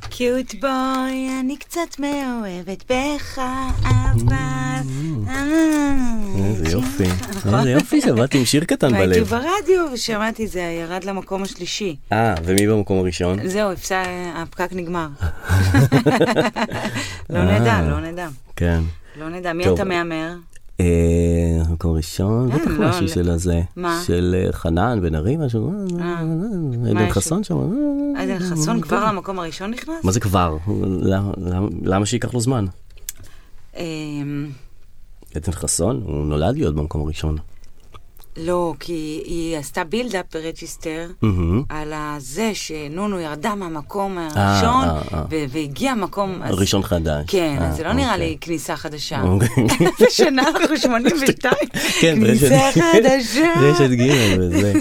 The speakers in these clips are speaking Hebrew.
קיוט בוי, אני קצת מאוהבת בך, אבל... איזה אה, יופי. איזה יופי שבאת עם שיר קטן נכון. הייתי בלב. כן, ברדיו ושמעתי, זה ירד למקום השלישי. אה, ומי במקום הראשון? זהו, אפשר, הפקק נגמר. לא נדע, אה. לא נדע. כן. לא נדע. מי טוב. אתה מהמר? אה, מקום ראשון, אה, בטח לא, משהו לא. של הזה. מה? של אה, חנן בן ארי, משהו. אה, אה, עדן משהו. חסון שם. אה, עדן חסון כבר למקום הראשון נכנס? מה זה כבר? למה- למה- למה שייקח לו זמן? אמ, עדן חסון, הוא נולד להיות במקום הראשון. לא, כי היא עשתה בילדאפ ברג'יסטר. מהמם. על הזה שנונו ירדה מהמקום Mm. אה, הראשון, אה, אה. ו- והגיע מקום... אז- ראשון חדש. כן, אה, אז זה לא נראה אוקיי. לי כניסה חדשה. אוקיי. איזה שנה אנחנו? 82? כן, כניסה חדשה. רשת ג' וזה.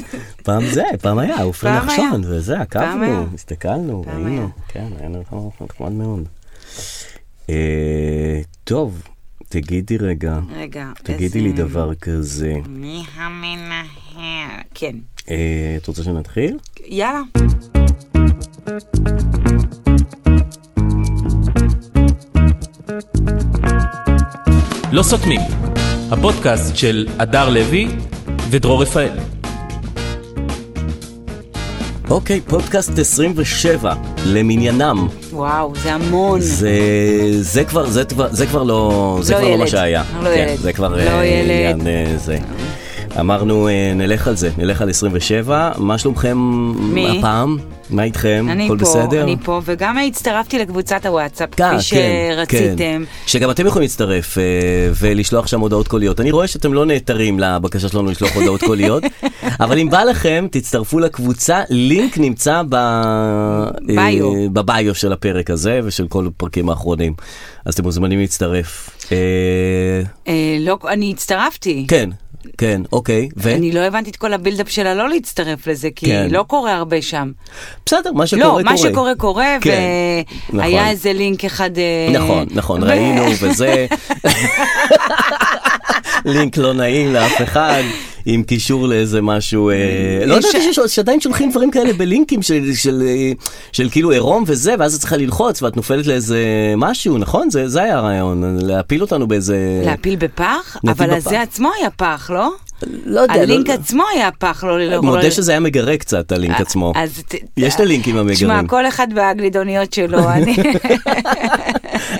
פעם זה, פעם היה, עופרי פעם היה. נחשון, וזה, פעם היה. עקבנו, הסתכלנו, פעם היה. ראינו. כן, היה נראה נחמד מאוד. אה, טוב, תגידי רגע, רגע, אה, תגידי לי דבר כזה. מי המנהל? כן. אה, את רוצה שנתחיל? יאללה. לא סותמים, הפודקאסט של הדר לוי ודרור רפאל. אוקיי, פודקאסט 27, למניינם. וואו, זה המון. זה, זה כבר, זה, כבר- זה כבר לא, זה נכון. לא כבר לא ילד. מה שהיה. לא כן, ילד. זה כבר לא אה, ילד. עניין, אה, זה. אמרנו, אה, נלך על זה, נלך על 27. מה שלומכם מי? הפעם? מה איתכם? אני הכל פה, בסדר? אני פה, וגם הצטרפתי לקבוצת הוואטסאפ, אה, כפי שרציתם. כן. שגם אתם יכולים להצטרף אה, ולשלוח שם הודעות קוליות. אני רואה שאתם לא נעתרים לבקשה שלנו לשלוח הודעות קוליות, אבל אם בא לכם, תצטרפו לקבוצה, לינק נמצא ב... ביו. אה, בביו של הפרק הזה ושל כל הפרקים האחרונים. אז אתם מוזמנים להצטרף. אה, אה, לא, אני הצטרפתי. כן, כן, אוקיי, ו... אני לא הבנתי את כל הבילדאפ שלה לא להצטרף לזה, כי כן. לא קורה הרבה שם. בסדר, מה שקורה לא, קורה. מה שקורה קורה, כן, נכון. והיה איזה לינק אחד... אה, נכון, נכון, ו- ראינו וזה. לינק לא נעים לאף אחד, עם קישור לאיזה משהו, אה, לא יש- ידעתי שיש- שעדיין שולחים דברים כאלה בלינקים של- של אה, של כאילו עירום וזה, ואז את צריכה ללחוץ ואת נופלת לאיזה משהו, נכון? זה זה היה הרעיון, להפיל אותנו באיזה... להפיל בפח? אה, להפיל אבל בפח. הזה עצמו היה פח, לא? לא יודע, לא- הלינק עצמו היה פח, לא... לא- לא- מודה שזה היה מגרה קצת, הלינק עצמו. אה, אז ת- יש את הלינקים תשמע, המגרים. כל אחד והגלידוניות שלו, אני...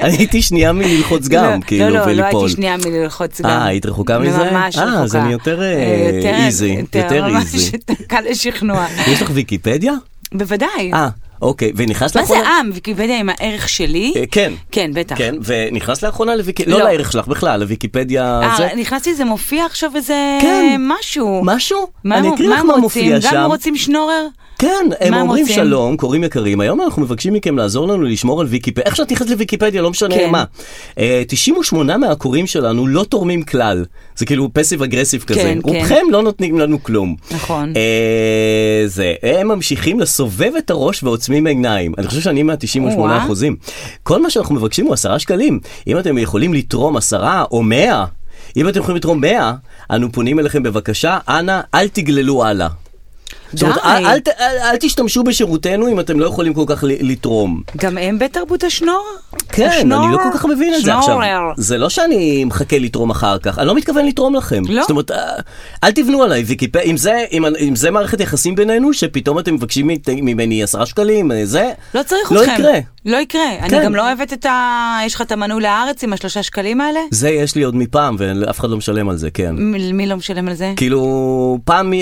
אני הייתי שנייה מללחוץ לא, גם, כאילו, לא, לא, לא וליפול. הייתי שנייה מללחוץ גם. אה, היית רחוקה מזה? ממש אה, רחוקה. אז אני יותר, אה, איזי, יותר ממש איזי. יותר קל לשכנוע. יש לך ויקיפדיה? בוודאי. אה, אוקיי, ונכנסת כן. מה זה לאחרונה? עם? ויקיפדיה עם הערך שלי? אה, כן. כן, בטח. כן, ונכנסת לאחרונה לוויקיפדיה, לא. לא לערך שלך בכלל, לוויקיפדיה זה. אה, נכנסתי, זה מופיע עכשיו איזה כן. משהו. משהו? מה אני הם- אקריא מה לך הם מה רוצים? מופיע גם שם. רוצים שנורר? כן, הם מה הם אומרים רוצים? שלום, קוראים יקרים, היום אנחנו מבקשים מכם לעזור לנו לשמור על ויקיפדיה, איך שאת נכנסת לוויקיפדיה, לא משנה כן. מה. אה, 98 מהקוראים שלנו לא תורמים כלל, זה כאילו פסיב אגרסיב כזה, כן. רובכם לא נותנים לנו כלום. נכון. אה, זה, הם ממשיכים לסובב את הראש ועוצמים עיניים, אני חושב שאני מה-98 או-אה. אחוזים. כל מה שאנחנו מבקשים הוא 10 שקלים, אם אתם יכולים לתרום 10 או 100, אם אתם יכולים לתרום 100, אנו פונים אליכם בבקשה, אנא, אל תגללו הלאה. זאת אומרת, די. אל, אל, ת- אל, אל תשתמשו בשירותנו אם אתם לא יכולים כל כך ל- לתרום. גם הם בתרבות השנור? כן, השנור? אני לא כל כך מבין את זה עכשיו. שנורר. זה לא שאני מחכה לתרום אחר כך, אני לא מתכוון לתרום לכם. לא. זאת אומרת, אה, אל תבנו עליי ויקיפדיה, אם זה, אם, אם זה מערכת יחסים בינינו, שפתאום אתם מבקשים מת- ממני עשרה שקלים, אה, זה, לא צריך לא אתכם. יקרה. לא יקרה. כן. אני גם לא אוהבת את ה... יש לך את המנוי לארץ עם השלושה שקלים האלה? זה יש לי עוד מפעם, ואף אחד לא משלם על זה, כן. מ- מי לא משלם על זה? כאילו, פעם אה,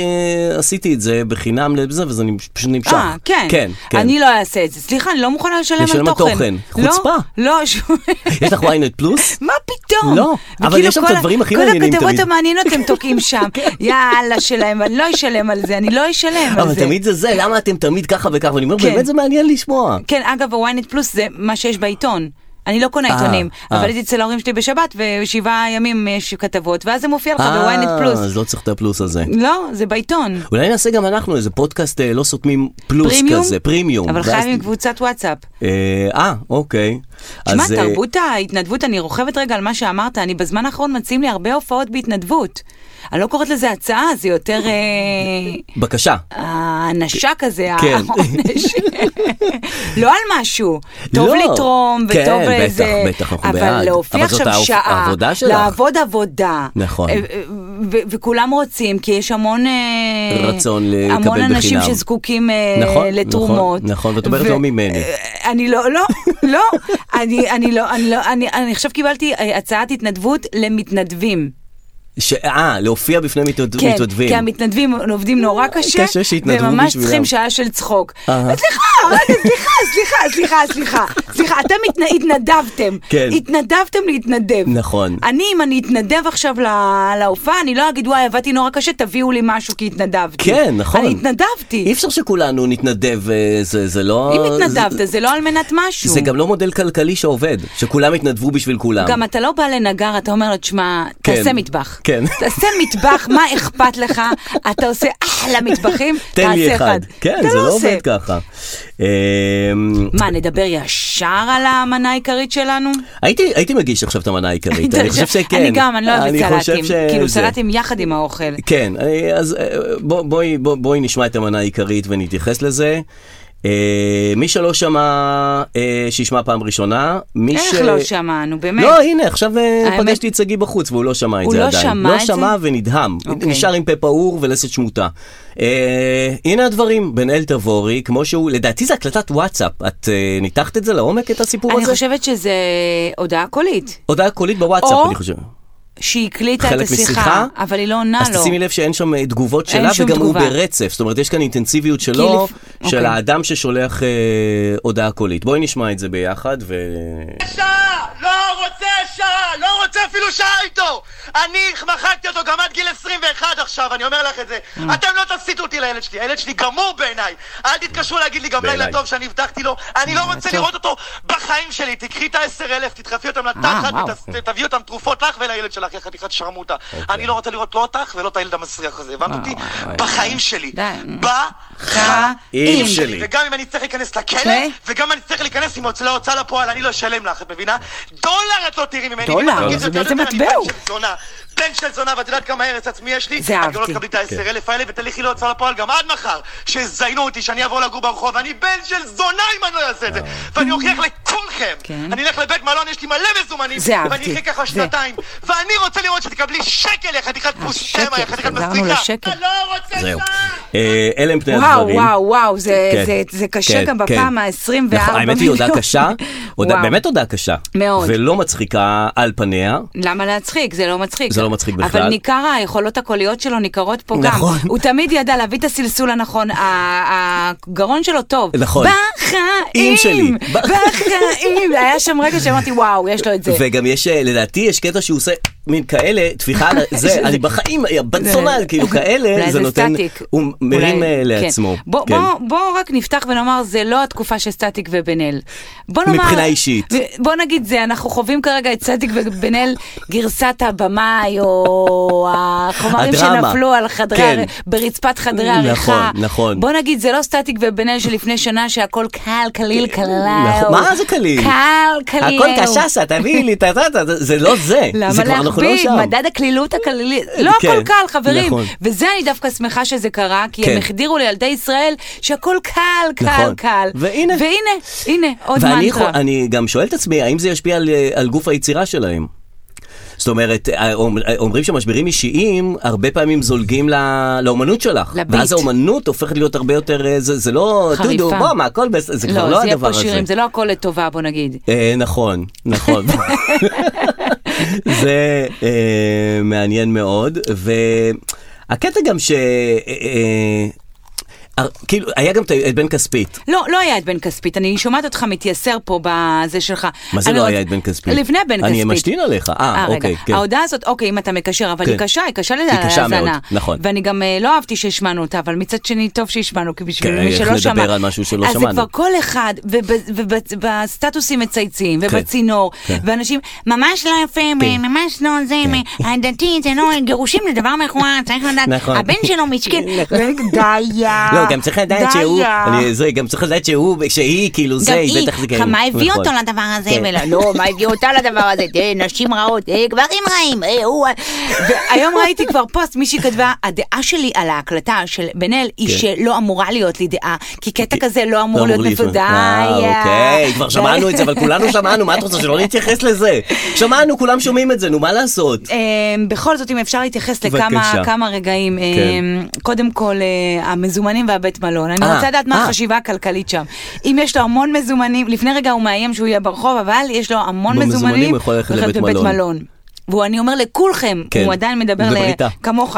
עשיתי את זה בחינם לזה, וזה נמש- פשוט נמשך. אה, כן. כן, כן. אני לא אעשה את זה. סליחה, אני לא מוכנה לשלם על תוכן. לשלם על תוכן. חוצפה. לא, לא, שום... יש לך ynet פלוס? מה פתאום? לא, אבל וכאילו יש שם את כל ה- הדברים הכי מעניינים כל תמיד. כן. הכתבות המעניינות הם תוקעים שם. יאללה שלהם, אני לא אשלם על זה, אני לא אשלם על זה. אבל תמיד זה זה, למה אתם תמיד ככה וככה? ואני אומר, כן. באמת זה מעניין לשמוע. כן, אגב, ה-ynet פלוס זה מה שיש בעיתון. אני לא קונה אה, עיתונים, אה. אבל הייתי אצל ההורים שלי בשבת, ושבעה ימים יש כתבות, ואז זה מופיע לך בוויינט אה, פלוס. אז לא צריך את הפלוס הזה. לא, זה בעיתון. אולי נעשה גם אנחנו איזה פודקאסט אה, לא סותמים פלוס פרימיום? כזה, פרימיום. אבל ואז- חייבים קבוצת וואטסאפ. אה, אה, אוקיי. שמע, אז, אה, תרבות ההתנדבות, אני רוכבת רגע על מה שאמרת, אני בזמן האחרון מציעים לי הרבה הופעות בהתנדבות. אני לא קוראת לזה הצעה, זה יותר אה, בבקשה. האנשה כזה, כן. העונש. לא על משהו. טוב לא. לתרום, כן, וטוב בטח, איזה... בטח, אנחנו אבל בעד. להופיע אבל זאת עכשיו העב- שעה, העבודה שלך. לעבוד עבודה. נכון. אה, אה, ו- וכולם רוצים, כי יש המון... אה, רצון לקבל המון אנשים בחינם. שזקוקים אה, נכון, לתרומות. נכון, נכון, ואת אומרת, ו- "לא ממני". אני לא, לא, לא, אני, אני לא, אני לא, אני, אני עכשיו קיבלתי אה, הצעת התנדבות למתנדבים. ש- אה, להופיע בפני מתנד- כן, מתנדבים. אה, כי המתנדבים עובדים נורא קשה, קשה שיתנדבו והם ממש בשבילם. צריכים שעה של צחוק. אה, אהה. סליחה, רגע, סליחה, סליחה, סליחה, סליחה, סליחה, אתם התנ- התנדבתם, כן. התנדבתם להתנדב. נכון. אני, אם אני אתנדב עכשיו לה- להופעה, אני לא אגיד, וואי, עבדתי נורא קשה, תביאו לי משהו כי התנדבתי. כן, נכון. אני התנדבתי. אי אפשר שכולנו נתנדב, אה, זה זה לא... אם זה- התנדבת, זה לא על מנת משהו. זה גם לא מודל כלכלי שעובד, שכולם יתנדבו בשביל כולם. גם אתה לא בא לנגר, אתה אומר לו, תשמע, כן. תעשה מטבח. כן. תעשה מטבח, מה אכפת לך? אתה עושה אחלה מטבחים, תן לי תעשה אחד. כן, אתה זה לא עושה. עובד ככה. אמ, מה, נדבר ישר על האמנה העיקרית שלנו? הייתי הייתי מגיש עכשיו את המנה העיקרית, אני חושב שכן. אני גם, אני לא אני אוהבת חושב סלטים. שזה- כאילו סלטים יחד עם האוכל. כן, אה, אז אה, בוא- בואי בוא- בואי נשמע את המנה העיקרית ונתייחס לזה. אה, מי שלא שמע, אה, שישמע פעם ראשונה. מי ש... איך לא שמענו, באמת. לא, הנה, עכשיו אה, האמת- פגשתי את שגיא בחוץ והוא לא שמע את הוא זה לא עדיין. שמע את לא שמע זה? ונדהם. אוקיי. נשאר עם פה פעור ולסת שמוטה. אה, הנה הדברים, בן אל תבורי, כמו שהוא, לדעתי זה הקלטת וואטסאפ. את אה, ניתחת את זה לעומק, את הסיפור אני הזה? חושבת שזה הודעה קולית, הודעה קולית בוואטסאפ, או- אני חושב. שהיא הקליטה את חלק השיחה, משיחה? אבל היא לא עונה אז לו. תשימי לב שאין שם אה, תגובות אין שלה, שום וגם הוא תגובה. ברצף. זאת אומרת, יש כאן אינטנסיביות שלו, כאילו, אוקיי. של האדם ששולח אה, הודעה קולית. בואי נשמע את זה ביחד, ו... שעה! לא רוצה שעה! לא רוצה אפילו שעה איתו! אני מחקתי אותו גם עד גיל 21 עכשיו, אני אומר לך את זה. אה. אתם לא תסיתו אותי לילד שלי, הילד שלי גמור בעיניי. אל תתקשרו להגיד לי גם לילה בעיניי. טוב שאני הבטחתי לו, אני לא רוצה לראות אותו בחיים שלי. תקחי את ה-10,000, תדחפי אותם לתחת אה, וואו. אוקיי. ותביאי אותם תרופות לך ולילד שלך, יא חתיכת שרמוטה. אני לא רוצה לראות לא אותך ולא את הילד המסריח הזה, הבנת אותי? בחיים שלי. אה, די. בחיים. אם אם. אה, שלי. וגם אם אני אצטרך להיכנס לכלא, אוקיי. וגם אם אני אצטרך להיכנס עם הוצאה להוצאה לפועל, אני לא אשלם לך, את מבינה? דולר את לא תראי ממני. דולר, ואני מרגיש זה את יותר בעצם ויותר, מטבע. אני בן של זונה. בן של זונה, ואת יודעת כמה הרס עצמי יש לי? זה את גם לא אהבתי. תקבלי את ה-10,000 האלה, ותלכי להוצאה לפועל גם עד מחר. שיזיינו אותי, שאני אעבור לגור ברחוב. אני בן של זונה אם אני לא אעשה את זה. ואני אוכיח לכולכם. אה. כן. אני אלך לבית מלון, יש לי מלא מזומנים. זה אהבתי. ואני אחיה ככה זה. אה, שנתיים. ואני רוצה לראות שתקבלי שקל, יא חתיכת פוסטמה, יא שקל, חתיכת חזרנו מסריחה. לשקל. אתה לא רוצה זהו. שעה! אה, אלה הם פני וואו, הדברים. וואו, וואו, זה, כן, זה, זה קשה כן, גם כן. בפעם ה-24 נכון, האמת היא הודעה קשה, הודעה- וואו. באמת הודעה קשה. מאוד. ולא מצחיקה על פניה. למה להצחיק? זה לא מצחיק. זה לא מצחיק אבל בכלל. ניכר היכולות הקוליות שלו ניכרות פה נכון. גם. הוא תמיד ידע להביא את הסלסול הנכון, ה- הגרון שלו טוב. נכון. בחיים! שלי. בחיים! היה שם רגע שאמרתי, וואו, יש לו את זה. וגם יש, אה, לדעתי, יש קטע שהוא עושה מין כאלה, טפיחה על ה- זה, אני בחיים, אה, בת זה- זונה, כאילו כאלה, אולי זה נותן, סטטיק. הוא מרים אולי- אה, לעצמו. כן. בוא, כן. בוא, בוא רק נפתח ונאמר, זה לא התקופה של סטטיק ובן אל. בוא נאמר... מבחינה אישית. ו- בוא נגיד זה, אנחנו חווים כרגע את סטטיק ובן אל גרסת הבמאי, או החומרים הדרמה. שנפלו על חדרי... כן. הר- ברצפת חדרי נכון, העריכה. נכון. בוא נגיד, זה לא סטטיק ובן אל שלפני שנה שהכל קל, קליל, קלה. אה, נכון. מה זה קליל? קל, קליל. הכל קשסה, תביאי לי, טה, טה, טה, זה- זה לא זה. למה זה כבר אנחנו לא להכביד? שם. מדד הקלילות הכללית. לא כן, הכל קל, חברים. נכון. וזה אני דווקא שמחה שזה קרה, כי כן. הם החדירו לילדי ישראל שהכל קל, קל, נכון. קל. והנה. והנה, הנה, עוד ואני מנטרה. חו- אני גם שואל את עצמי, האם זה ישפיע על, אה, על גוף היצירה שלהם? זאת אומרת, אה, אומר- אה, אומרים שמשברים אישיים הרבה פעמים זולגים ל- לאומנות שלך. לביט. ואז האומנות הופכת להיות הרבה יותר, אה, זה זה לא, חריפה. דודו, בוא, מה, הכל בסדר, זה כבר לא, לא זה יהיה הדבר פה הזה. שירים, זה לא הכל לטובה, בוא נגיד. אה, נכון, נכון. זה אה, מעניין מאוד, והקטע גם ש... אה, אה, הר- כאילו, היה גם את- את בן כספית. לא, לא היה את בן כספית, אני שומעת אותך מתייסר פה בזה שלך. מה זה אני לא רוצה- היה את בן כספית? לפני בן אני כספית. משתין עליך. אה, רגע. אוקיי, כן. ההודעה הזאת, אוקיי, אם אתה מקשר, אבל כן. היא קשה, היא קשה היא קשה מאוד, להאזנה. נכון. ואני גם אה, לא אהבתי שהשמענו אותה, אבל מצד שני, טוב שהשמענו, כי בשביל כן, מי איך שלא שמע. לדבר על משהו שלא אז שמענו. זה כבר כל אחד, ובסטטוסים מצייצים, ובצינור, כן. ואנשים, ממש לא יפה, כן. ממש לא זה, הדתי זה לא, גירושים זה דבר מכוער, צריך לדעת, נכון. הבן שלו משכן. נכון. די, יא. לא, גם צריך לדעת די, שהוא, יא. אני- זה, גם צריך לדעת שהוא, שהיא, כאילו זה, גם היא היא, בטח זה לך, כאילו. מה הביא נכון. אותו לדבר הזה? כן. ולא, לא, מה הביא אותה לדבר הזה? תראה, נשים רעות, אה, גברים רעים, אה, הוא... ה-" והיום ראיתי כבר פוסט, מישהי כתבה, הדעה שלי על ההקלטה של בן אל היא כן. שלא אמורה להיות לי דעה, כי קטע כזה לא לא אמור להיות לי לפנות. מפודי. אה, אוקיי, כבר שמענו את זה, אבל כולנו שמענו, מה את רוצה, שלא נתייחס לזה? שמענו, כולם שומעים את זה, נו, מה לעשות? אמ, בכל זאת, אם אפשר להתייחס לכמה בבקשה. כמה רגעים. אמ, כן. קודם כל, אה, המזומנים והבית מלון. אני אה, רוצה לדעת מה אה. החשיבה הכלכלית שם. אם יש לו המון מזומנים, לפני רגע הוא מאיים שהוא יהיה ברחוב, אבל יש לו המון במזומנים מזומנים, הוא יכול ללכת לבית מלון. ואני אומר לכולכם, כן. הוא עדיין מדבר הוא ל- מדבר איתה. כמוך.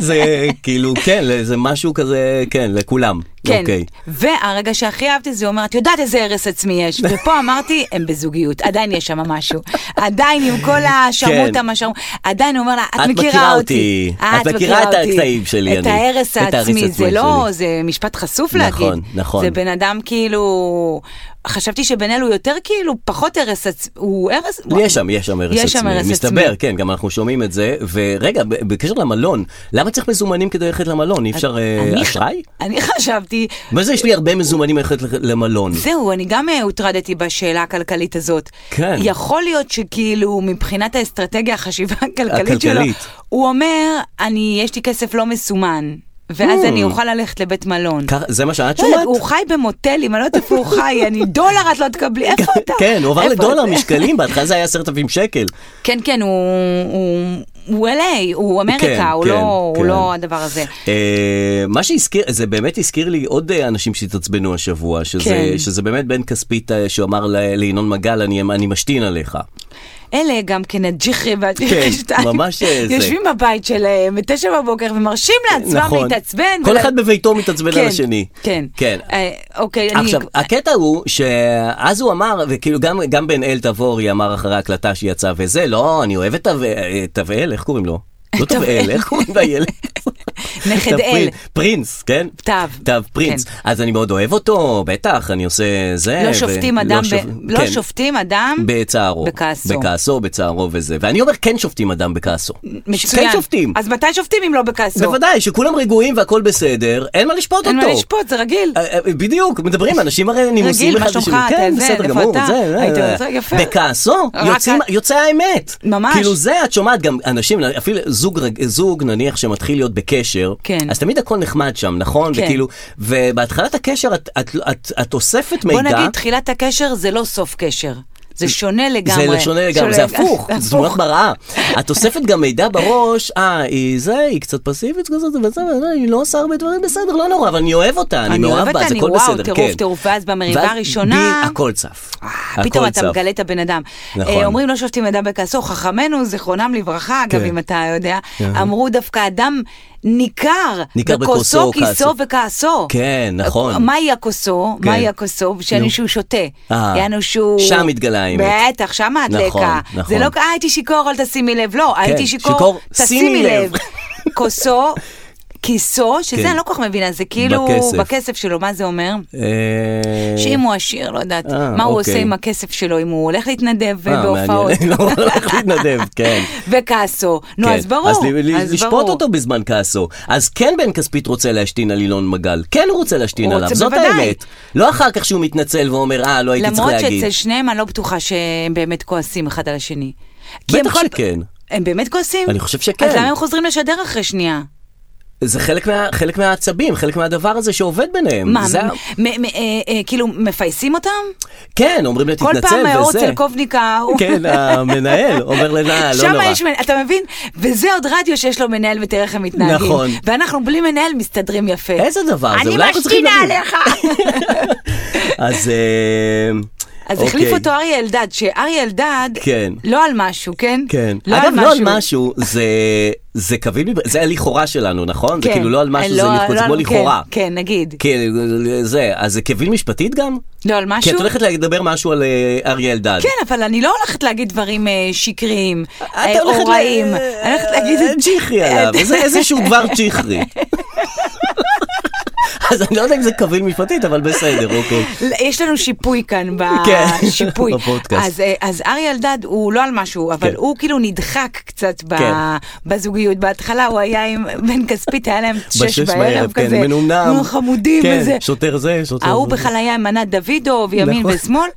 זה כאילו, כן, זה משהו כזה, כן, לכולם. כן, אוקיי. והרגע שהכי אהבתי זה הוא אומר, את יודעת איזה הרס עצמי יש, ופה אמרתי, הם בזוגיות, עדיין יש שם משהו, עדיין עם כל השרמוטה, כן. מה שרמוטה, עדיין הוא אומר לה, את "את מכירה מכירה אותי, "אה, אותי. את מכירה את אותי." הקטעים שלי, את אני- ההרס את ההרס העצמי, זה העצמי לא, שלי. זה משפט חשוף נכון, להגיד, נכון. זה בן אדם כאילו, חשבתי שבן אל הוא יותר כאילו, פחות הרס עצמי, הוא הרס, יש שם, יש שם הרס עצמי. יש שם הרס עצמי. מסתבר, כן, גם אנחנו שומעים את זה. ורגע, ב- בקשר למלון, למה צריך מזומנים כדי ללכת למלון? אי אפשר אה, אני- אשראי? אני חשבתי, מה זה יש לי הרבה מזומנים ללכת לח- למלון? זהו, אני גם אה, הוטרדתי בשאלה הכלכלית הזאת. כן. יכול להיות שכאילו, מבחינת האסטרטגיה, החשיבה הכלכלית שלו, הכלכלית. הוא אומר, אני, יש לי כסף לא מסומן, ואז Mm. אני אוכל ללכת לבית מלון. ככה- זה מה שאת לא יודעת, שומעת? הוא חי במוטלים, אני לא יודעת איפה הוא חי, אני דולר את לא תקבלי, איפה אתה? כן, הוא עבר איפה לדולר אתה? משקלים, בהתחלה זה היה עשרת אלפים שקל. כן, כן, הוא... הוא- הוא LA, הוא כן, אמריקה, הוא כן, לא- הוא כן. לא הדבר הזה. אה, מה שהזכיר, זה באמת הזכיר לי עוד אה, אנשים שהתעצבנו השבוע, שזה, כן. שזה באמת בן כספית אה, שאמר ל- לינון מגל, אני, אני משתין עליך. אלה גם כן הג'יחרי והג'יחרי כן, שתיים. ממש, אה, זה. יושבים בבית שלהם בתשע בבוקר ומרשים לעצמם להתעצבן. נכון. כל ול- אחד בביתו מתעצבן כן, על השני. כן. כן. אה, אוקיי, אני... עכשיו, הקטע הוא שאז הוא אמר, וכאילו גם, גם בן אל תבורי אמר אחרי ההקלטה שיצא וזה, לא, אני אוהב את תב- אה, תבאל, איך קוראים לו? לא תבאל, איך קוראים לילד? נכד תב- אל. פרינס, כן? תו. תו פרינס. כן. אז אני מאוד אוהב אותו, בטח, אני עושה זה. לא אה, ו- שופטים אדם, שופ- ב- לא כן. שופטים אדם, בצערו. בכעסו. בכעסו, בצערו וזה. ואני אומר, כן שופטים אדם בכעסו. מצוין. כן שופטים. אז מתי שופטים אם לא בכעסו? בוודאי, שכולם רגועים והכל בסדר, אין מה לשפוט אין אותו. מה לשפוט, זה רגיל. אה, אה, בדיוק, מדברים, אנשים הרי נימוסים רגיל, מה אחד שלומך, לשני. אתה כן, זה, בסדר איפה גמור, אתה? זה, היית אה, עושה יפה. בכעסו רק יוצאים- את- יוצא האמת. ממש. כאילו זה, את שומעת גם אנשים, אפילו זוג, רג- זוג נניח שמתחיל להיות בקשר, כן. אז תמיד הכל נחמד שם, נכון? כן. וכאילו, ובהתחלת הקשר את- את- את- את אוספת מידע. בוא נגיד, תחילת הקשר זה לא סוף קשר. זה שונה לגמרי. זה שונה לגמרי, זה הפוך, זה תמונת הפוך. מראה. את אוספת גם מידע בראש, אה, היא זה, היא קצת פסיבית כזאת, וזה, וזה, היא לא עושה הרבה דברים, בסדר, לא נורא, אבל אני אוהב אותה, אני אני מאוהב אוהבת, בה, זה אני- הכל וואו, בסדר, כן. טירוף, טירוף, ואז במריבה ואז הראשונה- בי הכל צף. אה, פתאום הכל אתה צף. מגלה את הבן אדם. נכון. אה, אומרים לא שופטים אדם בכעסו, חכמינו, זיכרונם לברכה, אגב, כן. אם אתה יודע, אמרו דווקא אדם ניכר, ניכר בכוסו, בכוסו, כיסו כעסו. וכעסו. כן, נכון. מהי הכוסו? כן. מהי הכוסו? נו. שאנו שהוא שותה. אה, יענו שהוא... שם התגלה האמת. בטח, שם נכון, הדלקה. נכון. כן, זה לא, אה, הייתי שיכור, אל תשימי לב. לא, הייתי שיכור, שיכור, תשימי שימי לב. לב. כוסו, כיסו, שזה כן. אני לא כל כך מבינה, זה כאילו בכסף. בכסף שלו, מה זה אומר? אה, שאם הוא עשיר, לא יודעת, אה, מה הוא אוקיי. עושה עם הכסף שלו, אם הוא הולך להתנדב אה, בהופעות. מעניין. לא הוא הולך להתנדב, כן. וכעסו. נו, כן. אז ברור. אז ל- אז לשפוט ברור. אותו בזמן כעסו. אז כן בן כספית רוצה להשתין על אילון מגל. כן הוא רוצה להשתין הוא עליו, רוצה, זאת בוודאי. האמת. לא אחר כך שהוא מתנצל ואומר, אה, לא הייתי צריך למרות להגיד. שאצל שניהם אני לא בטוחה שהם באמת כועסים אחד על השני. כי הם בטח כל- שכן. הם באמת כועסים? אני חושב שכן. אז למה הם חוזרים לשדר אחרי שנייה? זה חלק, מה, חלק מהעצבים, חלק מהדבר הזה שעובד ביניהם. מה, זה, מ- מ- אה, אה, כאילו מפייסים אותם? כן, אומרים לה כל תתנצל וזה. פעם האור צלקובניקה הוא... כן, המנהל אומר לה, "לא, לא שם נורא. יש מנהל, אתה מבין? וזה עוד רדיו שיש לו מנהל ותראה איך הם מתנהגים. נכון. ואנחנו בלי מנהל מסתדרים יפה. איזה דבר זה? אני אולי אנחנו צריכים משתינה להבין. עליך! אז... אה, אז אוקיי. החליף אותו אריה אלדד, שאריה אלדד, כן. לא על משהו, כן? כן. לא אגב, על משהו. לא על משהו, זה, זה קביל, מב- זה הלכאורה שלנו, נכון? זה כן. כאילו לא על משהו, לא- זה לכאורה, לא זה כמו על- כן, לכאורה. כן, נגיד. כן, זה, אז זה קביל משפטית גם? לא על משהו? כי את הולכת לדבר משהו על אה, אריה אלדד. כן, אבל אני לא הולכת להגיד דברים אה, שקריים, אה, הולכת או ל- רעים. אני הולכת להגיד... צ'יחרי עליו, זה איזשהו דבר צ'יחרי. אז אני לא יודע אם זה קביל משפטית, אבל בסדר, אוקיי. יש לנו שיפוי כאן כן, בשיפוי. בפודקאסט. אז, אה, אז אריה אלדד הוא לא על משהו, אבל כן. הוא כאילו נדחק קצת ב... כן. בזוגיות. בהתחלה הוא היה עם בן כספית, היה להם שש בשש בערב בערב, כזה. כן, מנומנם. נו, חמודים כן, וזה. שוטר זה, שוטר זה. ההוא בכלל היה עם ענת דוידוב, ימין נכון. ושמאל,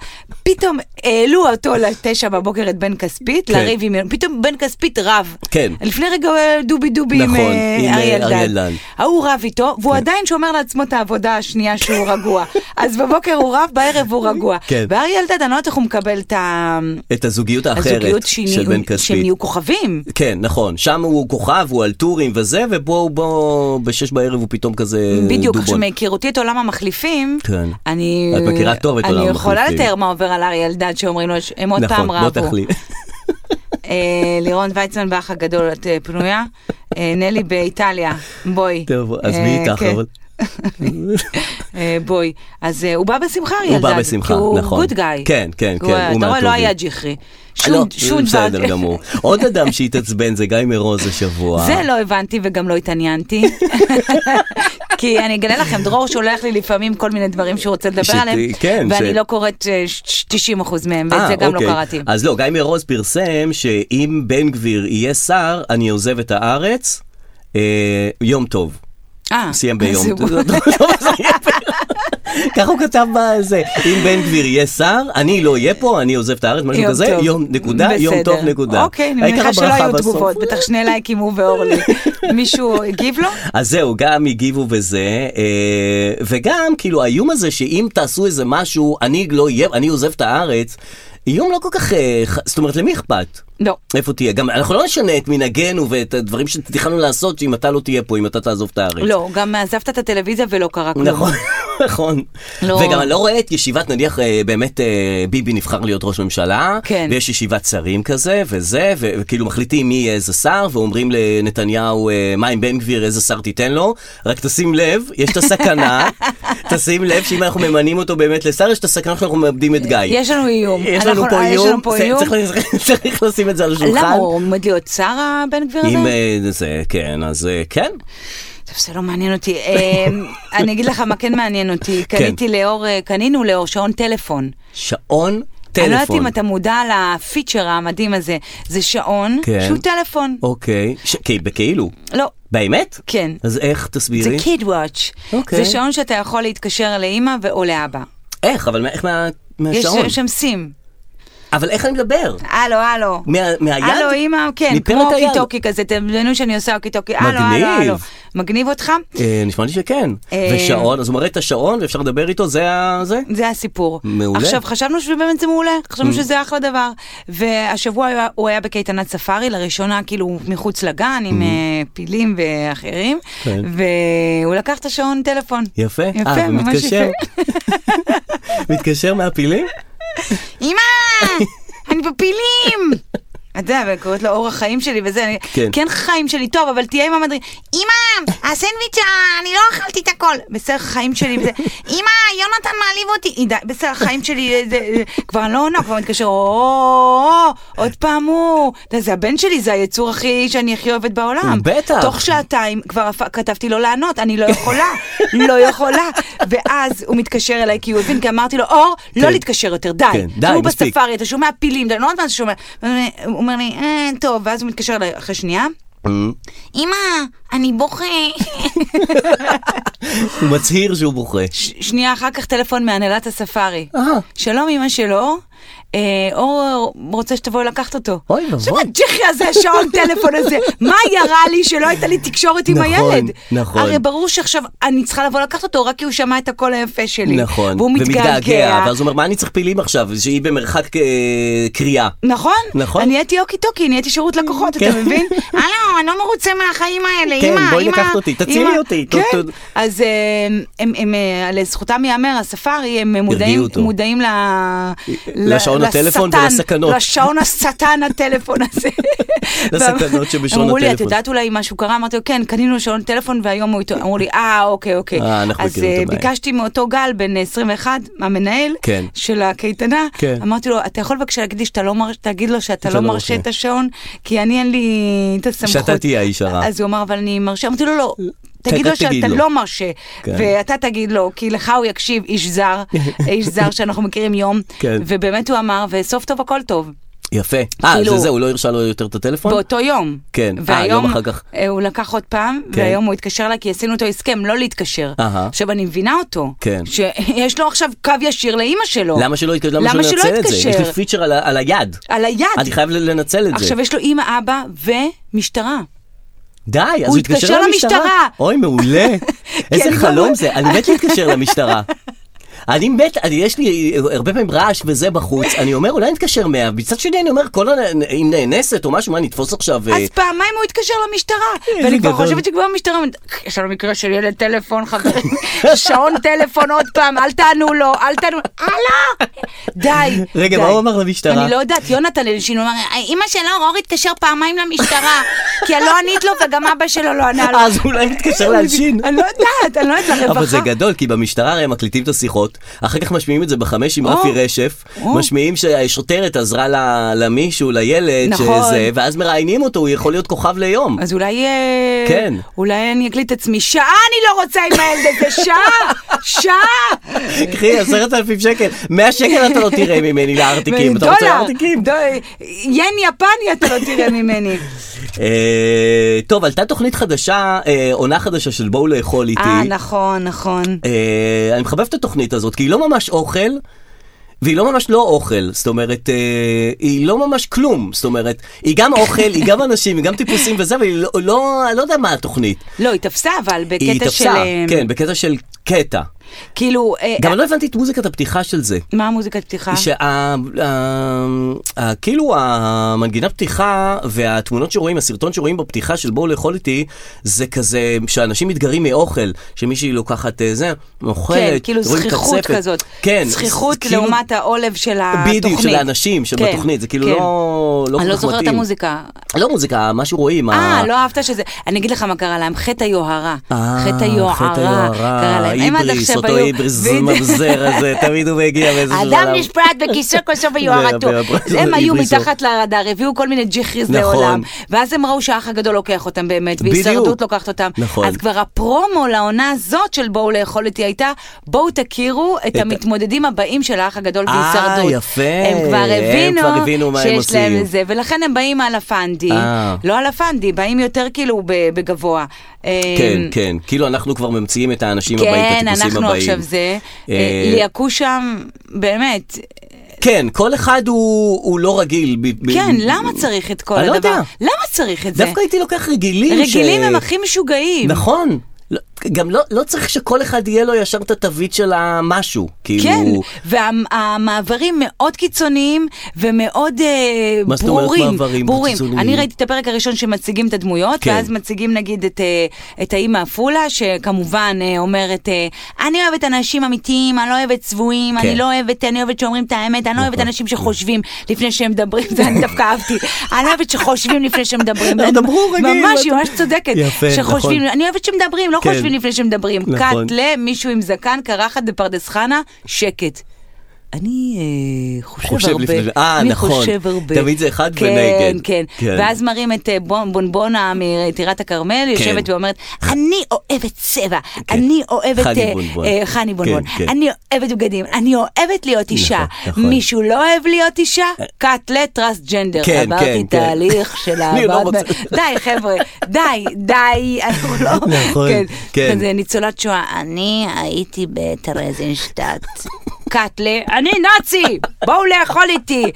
פתאום העלו אותו לתשע בבוקר את בן כספית, כן. לריב עם... פתאום בן כספית רב. כן. לפני רגע הוא היה דובי דובי עם נכון, אה, עם, אה, כן. אריה אריה אלדד. אלדד. ההוא רב איתו, והוא עדיין שומר לעצמו את העבודה השנייה שהוא רגוע. אז בבוקר הוא רב, בערב הוא רגוע. כן. ואריה אלדד, אני לא יודעת איך הוא מקבל את ה- את הזוגיות האחרת הזוגיות שהיא- של בן שהם כספית. נהיו כוכבים. כן, נכון, שם הוא כוכב, הוא על טורים וזה, ובו הוא בו, בשש בערב הוא פתאום כזה בדיוק, אה, דובון. שמהיכרותי את עולם המחליפים, כן. אני... את מכירה טוב את עולם אני יכולה המחליפים. לתאר מה עובר על אריה אלדד שאומרים לו, הם עוד נכון, פעם בוא רבו. תחליט. אה, לירון ויצמן באח הגדול, את אה, פנויה? אה, נלי באיטליה, בואי. טוב, אז אה, מי איתך כן. אבל? אה, בואי. אז אה, הוא בא בשמחה, אריה הוא אלדד. בא בשמחה, כי נכון. הוא גוד גאי. כן, כן, כן, הוא אתה רואה, לא מהטובים. היה ג'יחרי. לא, שום שום דבר. בסדר גמור. עוד אדם שהתעצבן זה גיא מרוז השבוע. זה לא הבנתי וגם לא התעניינתי. כי אני אגלה לכם, דרור שולח לי לפעמים כל מיני דברים שהוא רוצה לדבר שת- עליהם, כן, ואני ש- לא קוראת אה, ש- 90% מהם, ואת אה, זה גם לא אוקיי. קראתי. אז לא, גיא מרוז פרסם שאם בן גביר יהיה שר, אני עוזב את הארץ. אה, יום טוב. אה, סיים אז ביום. לא, הוא- ככה הוא כתב בזה, אם בן גביר יהיה שר, אני לא אהיה פה, אני עוזב את הארץ, משהו יום כזה, טוב. יום נקודה, יום בסדר. טוב נקודה. אוקיי, אני העיקר מניחה שלא הברכה היו בסוף. תגובות, בטח שני לייקים הוא ואורלי. מישהו הגיב לו? אז זהו, גם הגיבו וזה, אה, וגם כאילו האיום הזה שאם תעשו איזה משהו, אני לא אהיה, אני עוזב את הארץ, איום לא כל כך, אה, ח- זאת אומרת, למי אכפת? לא. איפה תהיה? גם אנחנו לא נשנה את מנהגנו ואת הדברים שתכננו לעשות, שאם אתה לא תהיה פה, אם אתה תעזוב את הארץ. לא, גם עזבת את הטלוויזיה ולא קרה כלום. נכון, נכון. לא. וגם אני לא רואה את ישיבת, נניח אה, באמת אה, ביבי נבחר להיות ראש ממשלה, כן. ויש ישיבת שרים כזה וזה, ו- וכאילו מחליטים מי יהיה איזה שר, ואומרים לנתניהו, אה, מה עם בן גביר, איזה שר תיתן לו, רק תשים לב, יש את הסכנה, תשים לב שאם אנחנו ממנים אותו באמת לשר, יש את הסכנה שאנחנו מאבדים את גיא. יש לנו איום. יש אנחנו- לנו פה אה, יש איום, לנו פה זה- איום. צריך- צריך לשים את זה על השולחן. למה הוא עומד להיות שר הבן גביר אם הזה? אה, זה, כן, אז אה, כן. טוב, זה לא מעניין אותי. אה, אני אגיד לך מה כן מעניין אותי. קניתי לאור, אה, קנינו לאור שעון טלפון. שעון אני לא יודעת טלפון. אם אתה מודע לפיצ'ר המדהים הזה. זה שעון כן. שהוא טלפון. אוקיי, ש- כי- בכאילו. לא, באמת? כן. אז איך זה כן- תסבירי? קיד וואץ'. אוקיי. זה שעון שאתה יכול להתקשר לאימא ו- או לאבא. איך? אבל מה- איך מה- יש מהשעון? שם סים. אבל איך אני מדבר? הלו, הלו. מה- מהיד? הלו, אימא, כן, מפלט כמו היד. אוקיי-טוקי כזה, תדמיינו שאני עושה אוקיטוקי. הלו, הלו, מגניב. הלו. מגניב אותך? אה, נשמע לי שכן. אה. ושעון, אז הוא מראה את השעון ואפשר לדבר איתו, זה ה... זה? זה הסיפור. מעולה. Mm. עכשיו, חשבנו שבאמת זה מעולה, חשבנו שזה אחלה דבר. והשבוע היה- הוא היה בקייטנת ספארי, לראשונה כאילו מחוץ לגן, עם אה, פילים ואחרים, Mm-hmm. כן. והוא לקח את השעון טלפון. יפה. אה, יפה, ממש ומתקשר- יפה. מתקשר מהפילים? אמא, אני בפילים! אתה יודע, וקוראת לו אורח חיים שלי וזה, אני, כן. כן. כן חיים שלי טוב, אבל תהיה עם המדריך, אמא, הסנדוויץ', ה- אני לא אכלתי את הכל, בסדר, חיים שלי וזה, אמא, יונתן מעליב אותי, היא די, בסדר, חיים שלי, אה, זה, זה, כבר לא עונה, כבר מתקשר, "או, או, או, עוד פעם הוא, אתה יודע, זה הבן שלי, זה היצור הכי, שאני הכי אוהבת בעולם. בטח. תוך שעתיים כבר הפ- כתבתי לו לענות, אני לא יכולה, לא יכולה, ואז הוא מתקשר אליי כי הוא הבין, כי אמרתי לו, אור, לא כן. להתקשר יותר, די. כן, די, הוא מספיק. בספארי, אתה שומע פילים, אתה לא יודעת מה אתה שומע. הוא אומר לי, אה, טוב, ואז הוא מתקשר אליי אחרי שנייה. אמא, אני בוכה. הוא מצהיר שהוא בוכה. ש- שנייה אחר כך טלפון מהנהלת הספארי. אה. שלום אמא שלו, אה, אור רוצה שתבואי לקחת אותו. אוי ואבוי. עכשיו הג'חי הזה, השעון טלפון הזה, מה ירה לי שלא הייתה לי תקשורת עם נכון, הילד? נכון. הרי ברור שעכשיו אני צריכה לבוא לקחת אותו רק כי הוא שמע את הקול היפה שלי. נכון, והוא מתגעגע. ואז הוא אומר, מה אני צריך פעילים עכשיו? שהיא במרחק אה, קריאה. נכון? נכון. אני הייתי אוקי טוקי, אני הייתי שירות לקוחות, אתה כן. מבין? הלו, אני לא מרוצה מהחיים האלה, כן, אמא, אמא. בואי לקחת אותי, תצילי אמא. אותי, כן, טוב, טוב. אז אה, הם, הם, אה, לזכותם ייאמר, הספארי, הם מודעים, אותו. מודעים ל... ל- לשעון הטלפון לשטן, ולסכנות. לשעון השטן הטלפון הזה. לסכנות שבשעון אמרו לי, את הטלפון." יודעת אולי אם משהו קרה? אמרתי לו, כן, קנינו שעון טלפון והיום הוא איתו. אמרו לי, אה, אוקיי, אוקיי. אה, אנחנו אז מכירים את אה, הבעיה. ביקשתי מאותו גל, בן 21, המנהל, כן. של הקייטנה, כן. אמרתי לו, אתה יכול בבקשה להגיד לי שאתה לא מרשה, תגיד לו שאתה אתה לא לא מרשה מרשה. את השעון, כי אני אין לי את הסמכות. שאתה תהיה האיש הרע. אז הוא אמר, אבל אני מרשה, אמרתי לו, לא. אתה תגיד לו תגיד שאתה לו." לא מרשה, כן. ואתה תגיד לו, כי לך הוא יקשיב, איש זר, איש זר שאנחנו מכירים יום, כן. ובאמת הוא אמר, וסוף טוב הכל טוב, יפה. אה, כאילו- זה זה, הוא לא הרשה לו יותר את הטלפון? באותו יום. כן. אה, והיום יום אחר כך. אה, הוא לקח עוד פעם, כן. והיום הוא התקשר אליי, כי עשינו איתו הסכם, לא להתקשר. אהה. עכשיו, אני מבינה אותו, כן. שיש לו עכשיו קו ישיר לאימא שלו. למה שלא יתקשר? למה לא. למה שלא שלא ננצל את זה? יש יתקשר? לי פיצ'ר על ה- על היד. על היד. אני חייב ל- לנצל את זה. עכשיו יש לו אימא, אבא ומשטרה. די, אז הוא הוא התקשר התקשר למשטרה. למשטרה. אוי, מעולה. איזה אני לא חלום כבר- זה, אני מת להתקשר למשטרה. אני מת, אני, יש לי הרבה פעמים רעש וזה בחוץ, אני אומר אולי נתקשר 100, מצד שני אני אומר, כל הנ... אם נאנסת או משהו, מה נתפוס עכשיו? אה, אז פעמיים הוא התקשר למשטרה, איזה ואני כבר גדול. חושבת שכבר המשטרה אומרת, יש לנו מקרה של ילד טלפון, חברים, שעון טלפון עוד פעם, אל תענו לו, אל תענו, הלו, די. רגע, די. מה הוא אמר למשטרה? אני לא יודעת, יונתן אלישין, הוא אמר, אמא שלו, אור התקשר פעמיים למשטרה, כי לא ענית לו וגם אבא שלו לא ענה לו. אז אולי נתקשר להלשין. אני לא יודעת, אני לא יודעת, לרווחה. אה, אבל זה גדול, כי במשטרה הרי הם מקליטים את השיחות, אחר כך משמיעים את זה בחמש עם או. רפי רשף, או. משמיעים שהשוטרת עזרה ל- למישהו, לילד, נכון. שזה, ואז מראיינים אותו, הוא יכול להיות כוכב ליום. אז אולי... אה, כן. אולי אני אקליט את עצמי. שעה אני לא רוצה עם הילד הזה, שעה! שעה! קחי עשרת אלפים שקל, מאה שקל אתה לא תראה ממני לארטיקים, אתה רוצה דולר, לארטיקים? דו- ין יפני אתה לא תראה ממני. אה, טוב, עלתה תוכנית חדשה, אה, עונה חדשה של בואו לאכול איתי. אה, נכון, נכון. אה, אני מחבב את התוכנית הזאת, כי היא לא ממש אוכל. והיא לא ממש לא אוכל, זאת אומרת, אה, היא לא ממש כלום, זאת אומרת, היא גם אוכל, היא גם אנשים, היא גם טיפוסים וזה, והיא לא, לא, אני לא יודע מה התוכנית. לא, היא תפסה, אבל היא בקטע של... תפסה, אה, כן, בקטע של קטע. כאילו, אה, גם אני לא הבנתי את מוזיקת הפתיחה של זה. מה כן, המוזיקת פתיחה? שה... ה- ה- כאילו המנגינת פתיחה והתמונות שרואים, הסרטון שרואים בפתיחה של בואו לאכול איתי, זה כזה שאנשים מתגרים מאוכל, שמישהי לוקחת אה, זה, אוכלת, כן, כאילו רואים זכיחות קרצפת. כזאת. כן. זכיחות זה כאילו- לעומת העולב של התוכנית. בדיוק, של האנשים שבתוכנית, זה כאילו כן. לא... אני כל לא כך זוכרת את מתאים. המוזיקה. לא מוזיקה, מה שרואים. אה, ה- לא אהבת שזה, אני אגיד לך מה קרה להם, חטא היוהרה. אה, חטא היוהרה, קרה להם. הם עד היבריס, עכשיו אותו היו- היבריס בדיוק. מבזר הזה, תמיד הוא מגיע באיזשהו שלב. אדם נשפט בכיסא כוסו ויוהרתו. זה הרבה- אז הם היו היבריסו. מתחת לרדאר, הביאו כל מיני ג'יחריז נכון. לעולם, ואז הם ראו שהאח הגדול לוקח אותם באמת, בדיוק. והישרדות לוקחת אותם. נכון. אז כבר הפרומו לעונה הזאת של בואו לאכול איתי הייתה, בואו תכירו את ה- המתמודדים הבאים של האח הגדול אה, בהישרדות. יפה. הם כבר הם כבר הבינו הבינו מה הם שיש להם עושים. זה, ולכן הם באים על הפנדי, אה. לא על הפנדי, באים יותר כאילו ב- בגבוה. כן, אה, כן, כאילו אנחנו כבר ממציאים את האנשים הבאים, את כן, הטיפוסים הבאים. אנחנו עכשיו זה, אה, אה, ליהקו שם, באמת, כן, כל אחד הוא הוא לא רגיל. ב- ב- כן, למה צריך את כל אני לא הדבר? יודע. למה צריך את זה? דווקא הייתי לוקח רגילים. רגילים ש- הם הכי משוגעים. נכון. לא- גם לא, לא צריך שכל אחד יהיה לו ישר את התווית של המשהו, כאילו... כן, והמעברים מאוד קיצוניים ומאוד אה, מה זאת אומרת ברורים. מעברים ברורים. קיצוניים? אני ראיתי את הפרק הראשון שמציגים את הדמויות, כן. ואז מציגים נגיד את, אה, את האימא עפולה, שכמובן אה, אומרת, אה, אני אוהבת אנשים אמיתיים, אני לא אוהבת צבועים, אני כן. נכון. לא אוהבת, אני אוהבת שאומרים את האמת, אני לא אוהבת אנשים שחושבים לפני שהם מדברים, זה אני דווקא אהבתי. אני לא אוהבת שחושבים לפני שהם מדברים. לא, דברו רגיל, ממש, לא- היא ממש צודקת. יפה, נכון. שחושבים, אני אוהבת שמדברים, לא כן. חושבים לפני שמדברים. נכון. קאט למישהו עם זקן, קרחת בפרדס חנה, שקט. אני אה, חושב, חושב הרבה, לפני- אה, אני נכון. חושב הרבה. תמיד זה אחד כן, ונגד. כן, כן. כן. ואז מראים את אה, בון- בונבונה מטירת הכרמל, יושבת ואומרת, אני אוהבת צבע, כן. אני אוהבת... חני אה, בונבון. אה, חני בונבון. כן. אני אוהבת בגדים, אני אוהבת להיות אישה. נכון. אה. מישהו לא אוהב להיות אישה? קאט לטרנסג'נדר. כן, כן, עברתי כן. תהליך של אני לא אהבה. רוצה. די, חבר'ה, די, די, אנחנו לא... נכון, כן. כזה ניצולת שואה. אני הייתי בטרזינשטט. קאטלה, אני נאצי, בואו לאכול איתי.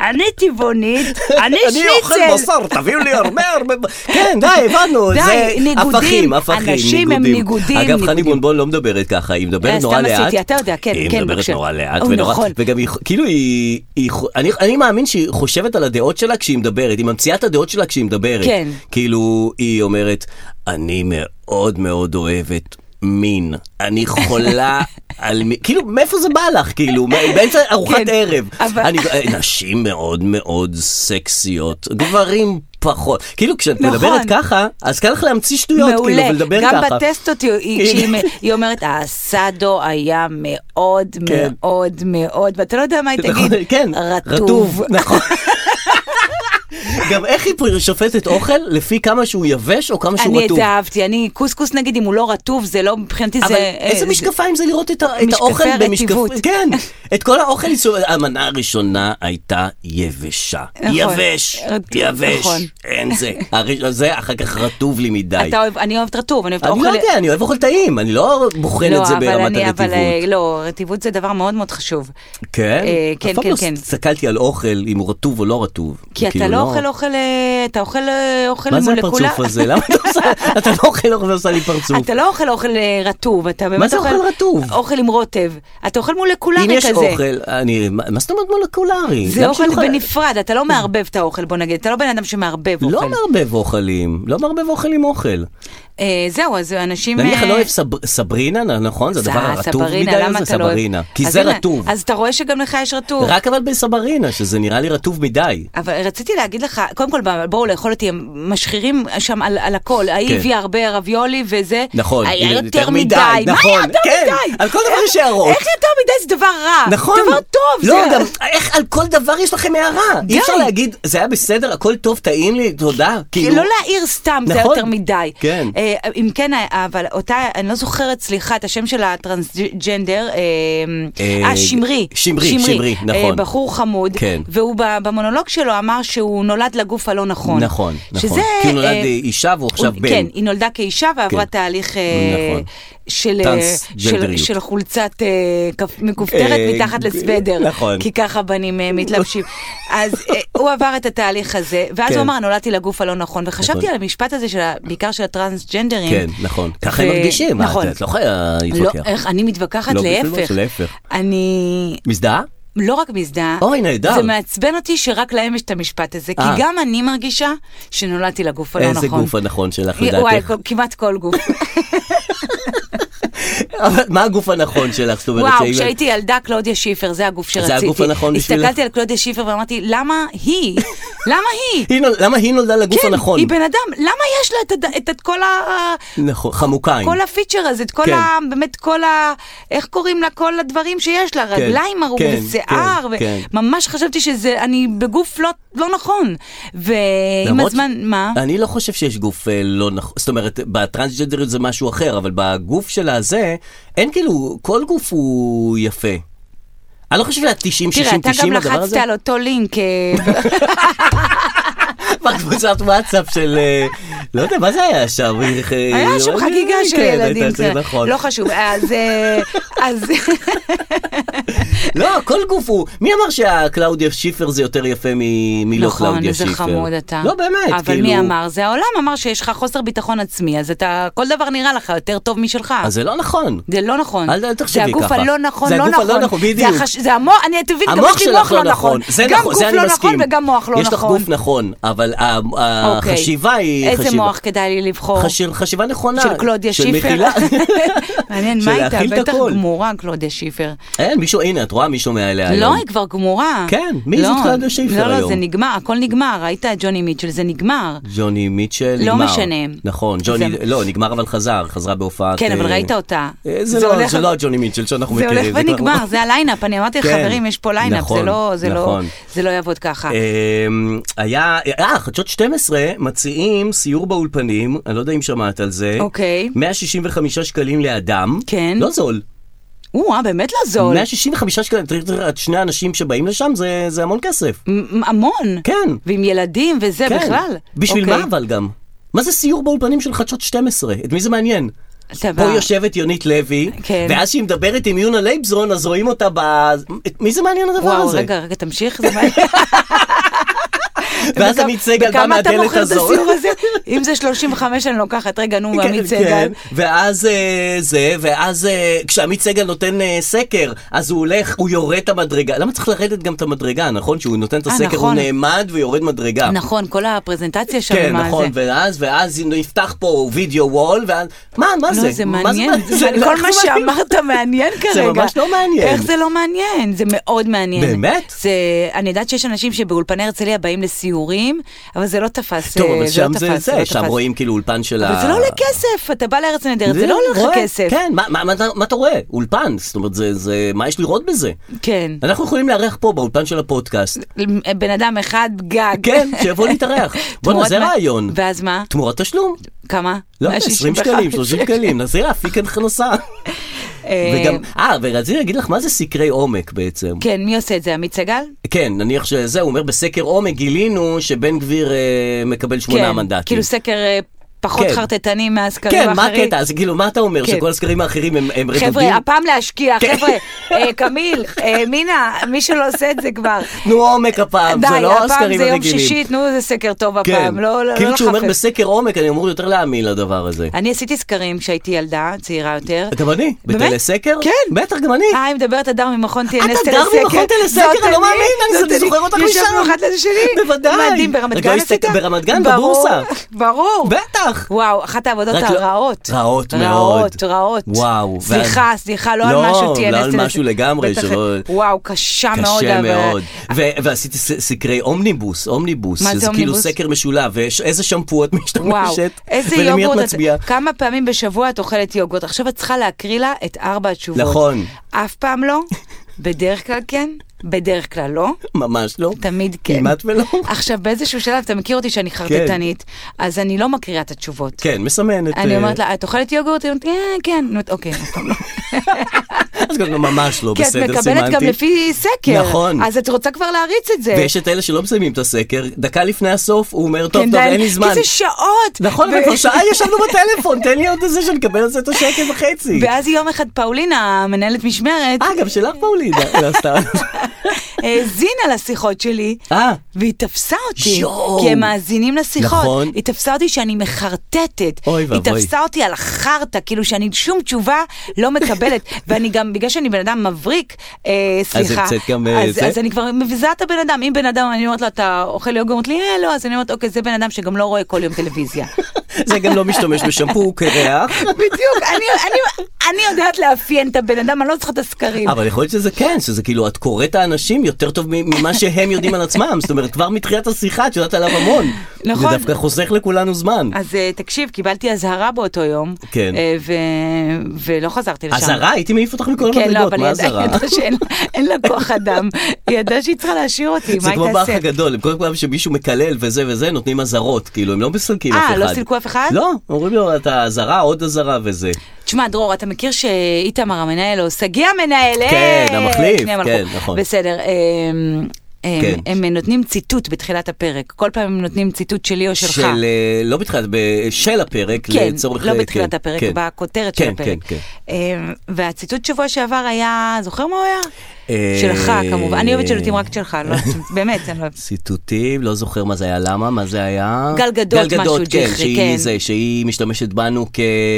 אני טבעונית, אני אני אוכל שניצל. בשר, תביאו לי הרבה הרבה... כן, די, הבנו, די, זה ניגודים. הפכים, הפכים, אנשים הם ניגודים, אגב, חני ניגודים. בונבון לא מדברת ככה, היא מדברת אה, נורא סתם לאט. עשיתי, אתה יודע, כן, כן, היא מדברת בבקשה. נורא לאט או, ונורא... נכון. וגם היא, כאילו היא... היא חו- אני- אני מאמין שהיא חושבת על הדעות שלה כשהיא מדברת, היא ממציאה את הדעות שלה כשהיא מדברת. כן. כאילו, היא אומרת, אני מאוד מאוד אוהבת. מין, אני חולה על מין, כאילו מאיפה זה בא לך, כאילו, מה- באמצע ארוחת כן, ערב, אבל- אני, אה, נשים מאוד מאוד סקסיות, גברים פחות. כאילו כשאת נכון. מדברת ככה, אז קל לך להמציא שטויות, כאילו, ולדבר גם ככה. כאילו, בטסטות היא- היא- כשהיא מ- היא אומרת, הסאדו היה מאוד כן. מאוד מאוד, ואתה לא יודע מה היא נכון, תגיד, כן, רטוב. נכון. גם איך היא שופטת אוכל לפי כמה שהוא יבש או כמה שהוא אני את רטוב. זה אהבתי, אני קוסקוס נגיד, אם הוא לא רטוב, זה לא, מבחינתי זה... אבל אה, איזה זה- משקפיים זה לראות את, ה- את משקפי האוכל הרטיבות. כן, את כל האוכל, המנה הראשונה הייתה יבשה. נכון. יבש, רטוב, יבש, נכון. אין זה. הראשון- זה אחר כך רטוב לי מדי. אתה אוהב, אני אוהבת רטוב, אני אוהבת אני אוכל... לא יודע, אני אוהב אוכל טעים, אני לא בוחן את זה אבל ברמת אני- אבל, אה, הרטיבות. לא, רטיבות זה דבר מאוד מאוד חשוב. כן? אה, כן, אף פעם כן, לא כן. הסתכלתי על אוכל, אם הוא רטוב או לא רטוב. כי אתה כאילו, לא אוכל אוכל, אה, אתה אוכל אה, אוכל מה זה מולקולה. הפרצוף הזה? למה אתה עושה- אתה לא אוכל אוכל ועושה לי פרצוף? אתה לא אוכל אוכל אה, רטוב, אתה באמת זה אוכל רטוב? אוכל עם רוטב. אתה לא אוכל מולקולרי אם כזה. יש אוכל, אני... מה מה זאת אומרת מולקולרי? זה גם אוכל כשאני אוכל- בנפרד, אתה לא מערבב את האוכל, בוא נגיד, אתה לא בן אדם שמערבב לא אוכל. מערבב אוכלים, לא מערבב אוכל עם אוכל. אה, זהו, אז אנשים... נניח אה, אני לא אוהב סב- סברינה, נכון? זה זה הדבר הרטוב הסברינה, מדי למה הזה, אתה לא אוהב? סברינה. כי אז זה הנה, רטוב. אז אתה רואה שגם לך יש רטוב. רק אבל בסברינה, שזה נראה לי רטוב מדי. אבל רציתי להגיד לך, קודם כל ב- בואו לאכול אותי, הם משחירים שם על, על הכל, ההיא כן. הביאה הרבה רביולי וזה, נכון, היה היא- יותר יותר מדי, מדי, מה נכון, היה יותר כן, מדי? על כל דבר איך- יש הערות. איך יותר מדי זה דבר רע, נכון. דבר טוב, לא, זה... גם איך על כל דבר יש לכם הערה. די. אי אפשר להגיד, זה היה בסדר, הכל טוב, טעים לי, תודה. כאילו... כאילו, לא להעיר סתם, זה נכון. יותר מדי. כן. אה, אם כן, אה, אבל אותה, אני לא זוכרת, סליחה, את השם של הטרנסג'נדר, אה, אה, אה, שמרי. שמרי, שמרי, נכון. אה, בחור חמוד. כן. והוא ב- במונולוג שלו אמר שהוא נולד לגוף הלא נכון. נכון, נכון. שזה... כי הוא נולד אה, אישה והוא עכשיו הוא- בן. כן, היא נולדה כאישה ועברה כן. תהליך אה, נכון. של, אה, של, טרנסג'נדריות. של חולצת אה, כפ- מכופתרת אה, מתחת ג- לסוודר. נכון. כי ככה בנים אה, מתלבשים. אז אה, הוא עבר את התהליך הזה, ואז כן. הוא אמר, נולדתי לגוף הלא נכון, וחשבתי נכון. על המשפט הזה, של ה- בעיקר של הטרנסג'נדרים. כן, נכון. ככה הם ו- מרגישים, נכון. את- את לא יכולה לא, להתווכח. איך, אני מתווכחת לא, בשביל מה? להפך. להפך. אני מזדהה? לא רק מזדהה. אוי, נהדר. זה מעצבן אותי שרק להם יש את המשפט הזה, כי אה. גם אני מרגישה שנולדתי לגוף הלא נכון. איזה גוף הנכון שלך וואי, לדעתך? כל- כמעט כל גוף. אבל מה הגוף הנכון שלך? זאת אומרת, וואו, שאם- כשהייתי ילדה, קלודיה שיפר, זה הגוף שרציתי. הגוף הנכון בשבילך? הסתכלתי על קלודיה שיפר ואמרתי, למה היא? למה היא? היא נול- למה היא נולדה לגוף כן, הנכון? היא בן אדם, למה יש לה את הד- את- את כל ה... נכון, חמוקיים. כל הפיצ'ר הזה, את כל כן. ה... באמת כל ה... איך קוראים לה? כל הדברים שיש לה, רגליים ארוכות, כן, ושיער, כן, כן. וממש חשבתי שזה... אני בגוף לא- לא נכון. ועם למרות- הזמן, מה? אני לא חושב שיש גוף אה, לא נכון, זאת אומרת, בטרנסג'נדריות זה משהו אחר, אבל בגוף של הזה, אין כאילו, כל גוף הוא יפה. אני לא חושב שה-90, 60, 90, תראה, אתה גם הדבר לחצת הזה, לא, על אותו לינק, אה, בקבוצת וואטסאפ של, אה, לא יודע, מה זה היה שם? אה, היה שם חגיגה של לא, כן, ילדים, הייתה- זה קטנים. נכון. לא חשוב, אז... אה, אז... לא, כל גוף הוא, מי אמר שהקלאודיה שיפר זה יותר יפה מ- מלא נכון, קלאודיה איזה שיפר? חמוד אתה. לא, באמת, אבל כאילו... מי אמר? זה העולם אמר שיש לך חוסר ביטחון עצמי, אז אתה, כל דבר נראה לך יותר טוב משלך. אז זה לא נכון. זה לא נכון. אל- אל תחשבי זה הגוף ככה. הלא נכון, זה לא הגוף נכון. הלא נכון, בדיוק. זה, החש... זה המוח, אני תבין, גם המוח יש לי מוח שלך לא נכון. זה גם נכון, גוף זה אני לא מסכים. נכון וגם מוח לא יש לך נכון. גוף נכון, אבל ה- אוקיי. החשיבה היא איזה חשיבה. מוח כדאי לי לבחור? חשיר- חשיבה נכונה. של קלודיה שיפר? מכילה. מעניין, של מה הייתה? להכיל את בטח הכל. גמורה, קלודיה שיפר. אין, מישהו, הנה, את רואה מישהו מעליה לא, היום. היא כבר גמורה. כן, מי לא, זאת קלודיה שיפר לא, לא, היום? זה נגמר, הכל נגמר, ראית את ג'וני מיטשל, זה נגמר. ג'וני מיטשל, לא נגמר. משנה. נכון, ג'וני, זה- לא, נגמר אבל חזר, חזרה בהופעת... כן, אבל אה, ראית אותה. אה, זה לא- הולך- זה לא הג'וני מיטשל שאנחנו זה מכירים. הולך כבר- ונגמר, זה הליינאפ, אני אמרתי כן, לחברים, יש פה ליינאפ, זה נכון, לא- זה לא- נכון. זה לא יעבוד ככה. אמ, היה, אה, חדשות 12 מציעים סיור באולפנים, אני לא יודע אם שמעת על זה. אוקיי. 165 שקלים לאדם. כן. לא זול. או-אה, באמת לא זול. 165 שקלים, תראי, תראי, את שני האנשים שבאים לשם, זה, זה המון כסף. מ- מ- המון. כן. ועם ילדים וזה כן. אה, בכלל. בשביל אוקיי. מה אבל גם? מה זה סיור באולפנים של חדשות 12? את מי זה מעניין? סבבה. פה יושבת יונית לוי, כן. ואז שהיא מדברת עם יונה לייבזון, אז רואים אותה ב... את מי זה מעניין הדבר וואו, הזה? רגע, רגע, תמשיך. זה מה- ואז בכמה- עמית סגל בא בכמה אתה מהדלת מוכר את הזאת. הסיור הזה? אם זה 35 אני לוקחת, רגע, נו, כן, עמית כן. סגל. ואז אה, זה, ואז אה, כשעמית סגל נותן אה, סקר, אז הוא הולך, הוא יורד את המדרגה. למה צריך לרדת גם את המדרגה, נכון? שהוא נותן את אה, הסקר, הוא נכון. נעמד ויורד מדרגה. נכון, כל הפרזנטציה שם, כן, מה נכון, זה. ואז, ואז נפתח פה וידאו וול, ואז... מה, מה זה? לא, זה מעניין, מה זה- כל לא, מה זה מעניין. שאמרת מעניין כרגע. זה ממש לא מעניין. איך זה לא מעניין? זה מאוד מעניין. באמת? זה, אני יודעת שיש אנשים שבאולפני הרצליה באים לסיורים, אבל זה לא תפס, טוב, אבל אה, שם לא זה תפס, לא זה, שם תפס. רואים כאילו אולפן של ה... אבל זה לא עולה כסף, אתה בא לארץ נהדרת, זה לא עולה לך רואה, כסף. כן, מה- מה- מה אתה- מה אתה רואה? אולפן, זאת אומרת, זה- זה... מה יש לראות בזה? כן. אנחנו יכולים לארח פה באולפן של הפודקאסט. בן אדם אחד גג. כן, שיבוא להתארח. בואנה, תמורת זה מה- רעיון. ואז מה? תמורת תשלום. כמה? אה, לא, יודע, 165. 20 שקלים, 30 שקלים, נעשה אפיק הכנסה. אה, וגם, אה, ורציתי להגיד לך, מה זה סקרי עומק בעצם? כן, מי עושה את זה? עמית סגל? כן, נניח שזה, הוא אומר, בסקר עומק גילינו שבן גביר אה, מקבל שמונה כן, מנדטים. כאילו סקר אה, פחות כן. חרטטני מהסקרים כן, האחרים. מה הקטע? אז כאילו, מה אתה אומר? כן. שכל הסקרים האחרים הם הם רדודים? חבר'ה, הפעם להשקיע, כן. חבר'ה, אה, קמיל, אה, מינה, מי שלא עושה את זה כבר. תנו עומק הפעם, די, זה לא הפעם הסקרים זה יום הרגילים. שישי, תנו איזה סקר טוב כן, הפעם, לא לא- כאילו לא כשהוא אומר לחפש. בסקר עומק, אני אמור יותר להאמין לדבר הזה. אני עשיתי סקרים כשהייתי ילדה, צעירה יותר. גם אני, באמת? בטלסקר? כן. בטח, גם אני. אה, היא מדברת אדר ממכון TNS את טלסקר. הדר ממכון טלסקר? זאת אני לא מאמין, אני- זאת אני זוכר אותך ישבנו משם. אחת ליד השני. בוודאי. מדהים, ברמת רגע, גן הסתכל- עשית? ברמת גן, ברור, בבורסה. ברור. בטח. וואו, אחת העבודות רק לא- הרעות. רעות מאוד. רעות, רעות. וואו, ואז- סליחה, סליחה, לא על לא, משהו TNS לא על טלסקר. משהו לגמרי, בטח- שלא- וואו, קשה מאוד. קשה אבל- מאוד. ו- ועשיתי ס- סקרי אומניבוס, אומניבוס. מה זה שזה כאילו אומניבוס? סקר משולב, ואיזה שמפו את וואו, משתמשת, איזה ולמי את יוגורט, מצביעה. את- כמה פעמים בשבוע את אוכלת יוגורט? עכשיו את צריכה להקריא לה את ארבע התשובות. נכון. אף פעם לא, בדרך כלל כן, בדרך כלל לא. ממש לא. תמיד כן. כמעט ולא. עכשיו, באיזשהו שלב, אתה מכיר אותי שאני חרטטנית, אז אני לא מקריאה את התשובות. כן, מסמנת. אני אה, אומרת לה, את אוכלת יוגורט? היא אומרת, כן, כן. נו, אוקיי, אף פעם לא. אז גם לא ממש לא כי את בסדר, מקבלת גם סימנתי. לפי סקר. נכון. אז את רוצה כבר להריץ את זה. ויש את אלה שלא מסיימים את הסקר, דקה לפני הסוף הוא אומר, טוב, כן, טוב, די, אין לי זמן. כי זה שעות. נכון, ו- אבל כבר שעה ישבנו בטלפון, תן לי עוד איזה שנקבל על זה את השקל וחצי. ואז יום אחד פאולינה, מנהלת משמרת, אה, גם שלך פאולינה. לא, סתם. האזינה לשיחות שלי, אה, והיא תפסה אותי, יואו. כי הם מאזינים לשיחות. נכון. היא תפסה אותי שאני מחרטטת. אוי היא ואבוי. תפסה אותי על החרטא, כאילו שאני שום תשובה לא מקבלת. ואני גם, בגלל שאני בן אדם מבריק, אה, סליחה. המצאת גם, אה, אז, זה? אז אני כבר מביזה את הבן אדם. אם בן אדם, אני אומרת לו, אתה אוכל יוגורט? אומרת לי, אה, לא. אז אני אומרת, אוקיי, זה בן אדם שגם לא רואה כל יום טלוויזיה. זה גם לא משתמש בשמפו, הוא קרח. בדיוק, אני, אני, אני יודעת לאפיין את הבן אדם, אני לא צריכה את הסקרים. אבל יכול להיות שזה כן, שזה כאילו, את קוראת האנשים יותר טוב מ- ממה שהם יודעים על עצמם. זאת אומרת, כבר מתחילת השיחה את יודעת עליו המון. נכון. זה דווקא חוסך לכולנו זמן. אז אה, תקשיב, קיבלתי אזהרה באותו יום, כן. אה, ו- ולא חזרתי לשם. אזהרה, הייתי מעיף אותך מכל כן, לא, המדרגות, אבל מה היא עדיין אזהרה? ידעה שאין לה- אין לה כוח אדם. היא ידעה שהיא צריכה להשאיר אותי, מה זה היא כמו באח תעשה? הגדול, כל פעם שמישהו מקלל וזה וזה, נותנים אזהרות, כאילו, הם לא מסלקים אף אה, אחד. לא סילקו אף אחד? לא, אומרים לו, אתה אזהרה, עוד אזהרה וזה. תשמע, דרור, אתה מכיר שאיתמר המנהל, או שגיא המנהל, כן, אה, המחליף, שניהם הלכו. כן, נכון. בסדר. אמ, אמ, כן. הם נותנים ציטוט בתחילת הפרק, כל פעם הם נותנים ציטוט שלי או שלך. של, אה, לא בתחילת, ב- של הפרק, כן, לצורך... לא אה, בתחילת כן, הפרק, כן. בכותרת של כן, הפרק. כן, כן. אמ, והציטוט שבוע שעבר היה, זוכר מה הוא היה? אה, שלך כמובן, אני אוהבת שלוטים רק את שלך, לא- באמת, אני לא אוהבת. ציטוטים, לא זוכר מה זה היה, למה, מה זה היה? גל גדות, משהו כן, ג'יחרי, שהיא כן. זה, שהיא משתמשת בנו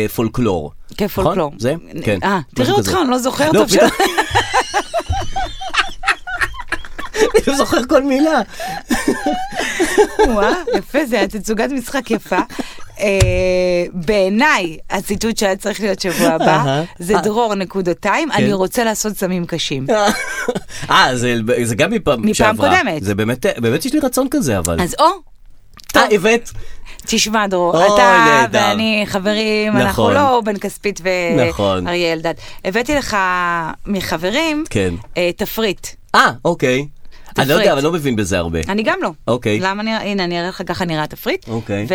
כפולקלור. כפולקלור. נכון? זה? כן. אה, תראה משהו אותך, כזה. אני לא זוכר לא, טוב פתאום- שם. אני לא זוכר כל מילה. וואה, יפה, זה היה תצוגת משחק יפה. אה, בעיניי, הציטוט שהיה צריך להיות שבוע הבא, אהה. כן. זה דרור נקודתיים, אני רוצה לעשות סמים קשים. אה, זה- זה גם מפעם מפעם שעברה. קודמת. זה באמת, באמת יש לי רצון כזה, אבל. אז או, אה, הבאת. תשמע דרור, אוי, אתה נהדר. ואני חברים, אנחנו נכון. לא בן כספית נכון. ואריה אלדד. הבאתי לך מחברים כן. אה, תפריט. אה, אוקיי. אני לא תפריט. יודע, אבל אני לא מבין בזה הרבה. אני גם לא. אוקיי. למה נראה, הנה, אני אראה לך ככה נראה התפריט. אוקיי. ו-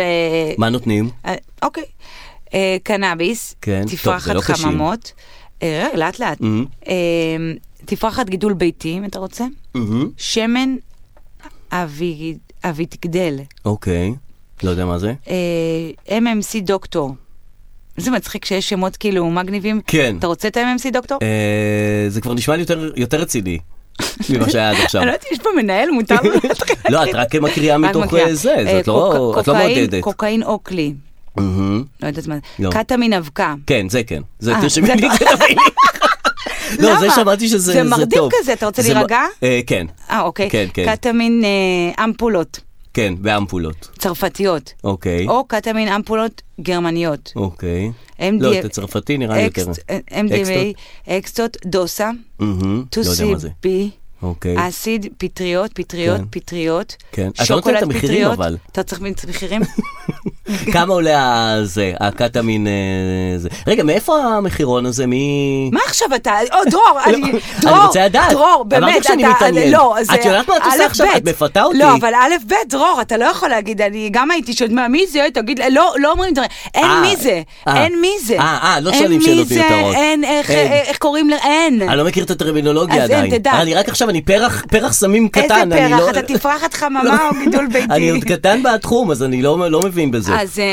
מה נותנים? אה, אוקיי. אה, קנאביס, כן, טוב, זה תפרחת לא קשים. Mm-hmm. חממות, אה, רגע, לאט לאט, אה, תפרחת גידול ביתי, אם אתה רוצה, מהמם. שמן אבי- אביתגדל, אוקיי. לא יודע מה זה. אה, MMC דוקטור, זה מצחיק שיש שמות כאילו מגניבים. כן. אתה רוצה את ה-MMC דוקטור? אה, זה כבר נשמע לי יותר- יותר רציני ממה שהיה עד עכשיו. אני לא יודעת אם יש פה מנהל, מותר לו להתחיל. לא, את רק מקריאה רק מתוך מקריאה. אה, זה, אה, זה את לא קוקא- את לא קוקאין- מעודדת. קוקאין אוקלי, מהמם. לא יודעת מה זה. לא. קטמין אבקה. כן, זה כן. זה אה, תרשמי זה- לי, תביאי לי. לא, למה? זה שמעתי שזה זה טוב. מרדים כזה, אתה רוצה זה מ- להירגע? אה, כן, אה, אוקיי. כן, כן. קטמין אה, אמפולות כן, באמפולות. צרפתיות, אוקיי, או קטמין אמפולות גרמניות. אוקיי. MDMA. לא, את הצרפתי נראה לי יותר. אקסט- אה, MDMA, אקסטות, דוסה, מהמם, לא יודע מה זה. 2CB, אוקיי. אסיד, פטריות, פטריות, כן. פטריות, כן. את לא נותנת את שוקולד המחירים, פטריות. אבל. אתה צריך מחירים? כמה עולה זה, הקטמין אה, זה? רגע, מאיפה המחירון הזה? מי... מה עכשיו אתה? או, דרור, אני, דרור, לא, אני רוצה לדעת. דרור, באמת, אמרתי שאני אתה, מתעניין. לא, את זה יודעת מה את עושה א', עכשיו? ב'. את מפתה אותי. לא, אבל א', ב', דרור, אתה לא יכול להגיד, אני גם הייתי שואלת, מה, מי זה? תגיד, לא, לא אומרים דברים, אין אה, מי זה, אה. אין מי זה. אה, אה, לא אין שואלים מי שאלות זה, מיותרות. אין, איך- אה, אין. איך קוראים ל... אין. אני לא מכיר את הטרמינולוגיה אז אין, עדיין. תדע. אני רק עכשיו, אני פרח, פרח סמים קטן. איזה אני פרח, לא- אתה תפרחת חממה או גידול ביתי. אני עוד קטן בתחום, אז אני לא לא מבין בזה. אז... אה,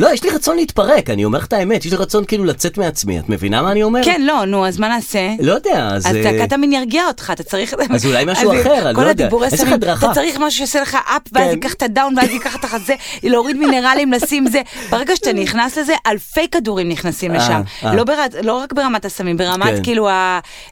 לא, יש לי רצון להתפרק, אני אומר לך את האמת, יש לי רצון כאילו לצאת מעצמי, את מבינה מה אני אומר? כן, לא, נו, אז מה נעשה? לא יודע, אז... אז אה, הקטמין ירגיע אותך, אתה צריך... אז אולי משהו אז אחר, אני לא כל יודע. הדיבורי איזה סמים, הדרכה? אתה צריך משהו שיעשה לך אפ, ואז כן. ייקח את הדאון, ואז ייקח אותך את זה, להוריד מינרלים, לשים זה. ברגע שאתה נכנס לזה, אלפי כדורים נכנסים אה, לשם. אה. לא ברמת- לא רק ברמת הסמים, ברמת כן. כאילו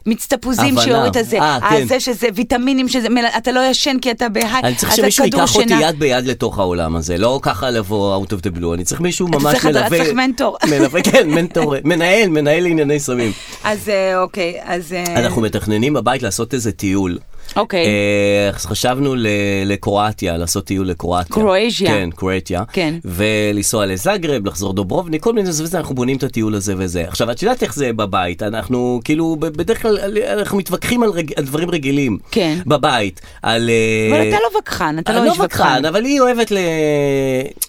המיץ תפוזים הבנה. שיוריד את זה, אה, כן. זה שזה, ויטמינים שזה, מל- אתה לא ישן כי אתה בהיי, אני צריך אתה שמישהו כדור ייקח אותי אה? שינה. יד ביד לתוך העולם הזה, לא ככה לבוא out of the blue, אני צריך מישהו ממש צריך- אתה מלווה. צריך מנטור. מלווה, כן, מנטור, מנהל, מנהל לענייני סמים. אז אה, אוקיי, אז... אה, אנחנו מתכננים בבית לעשות איזה טיול. אוקיי. אה, אז חשבנו ל- לקרואטיה, לעשות טיול לקרואטיה. קרואטיה. כן, קרואטיה. כן. ולנסוע לזאגרב, לחזור דוברובני, כל מיני זה וזה, אנחנו בונים את הטיול הזה וזה. עכשיו, את יודעת איך זה בבית, אנחנו כאילו, ב- בדרך כלל אנחנו מתווכחים על, רג... על דברים רגילים. כן. בבית. על... אה, אבל אתה לא וכחן, אתה לא אני איש וכחן. אבל היא אוהבת ל...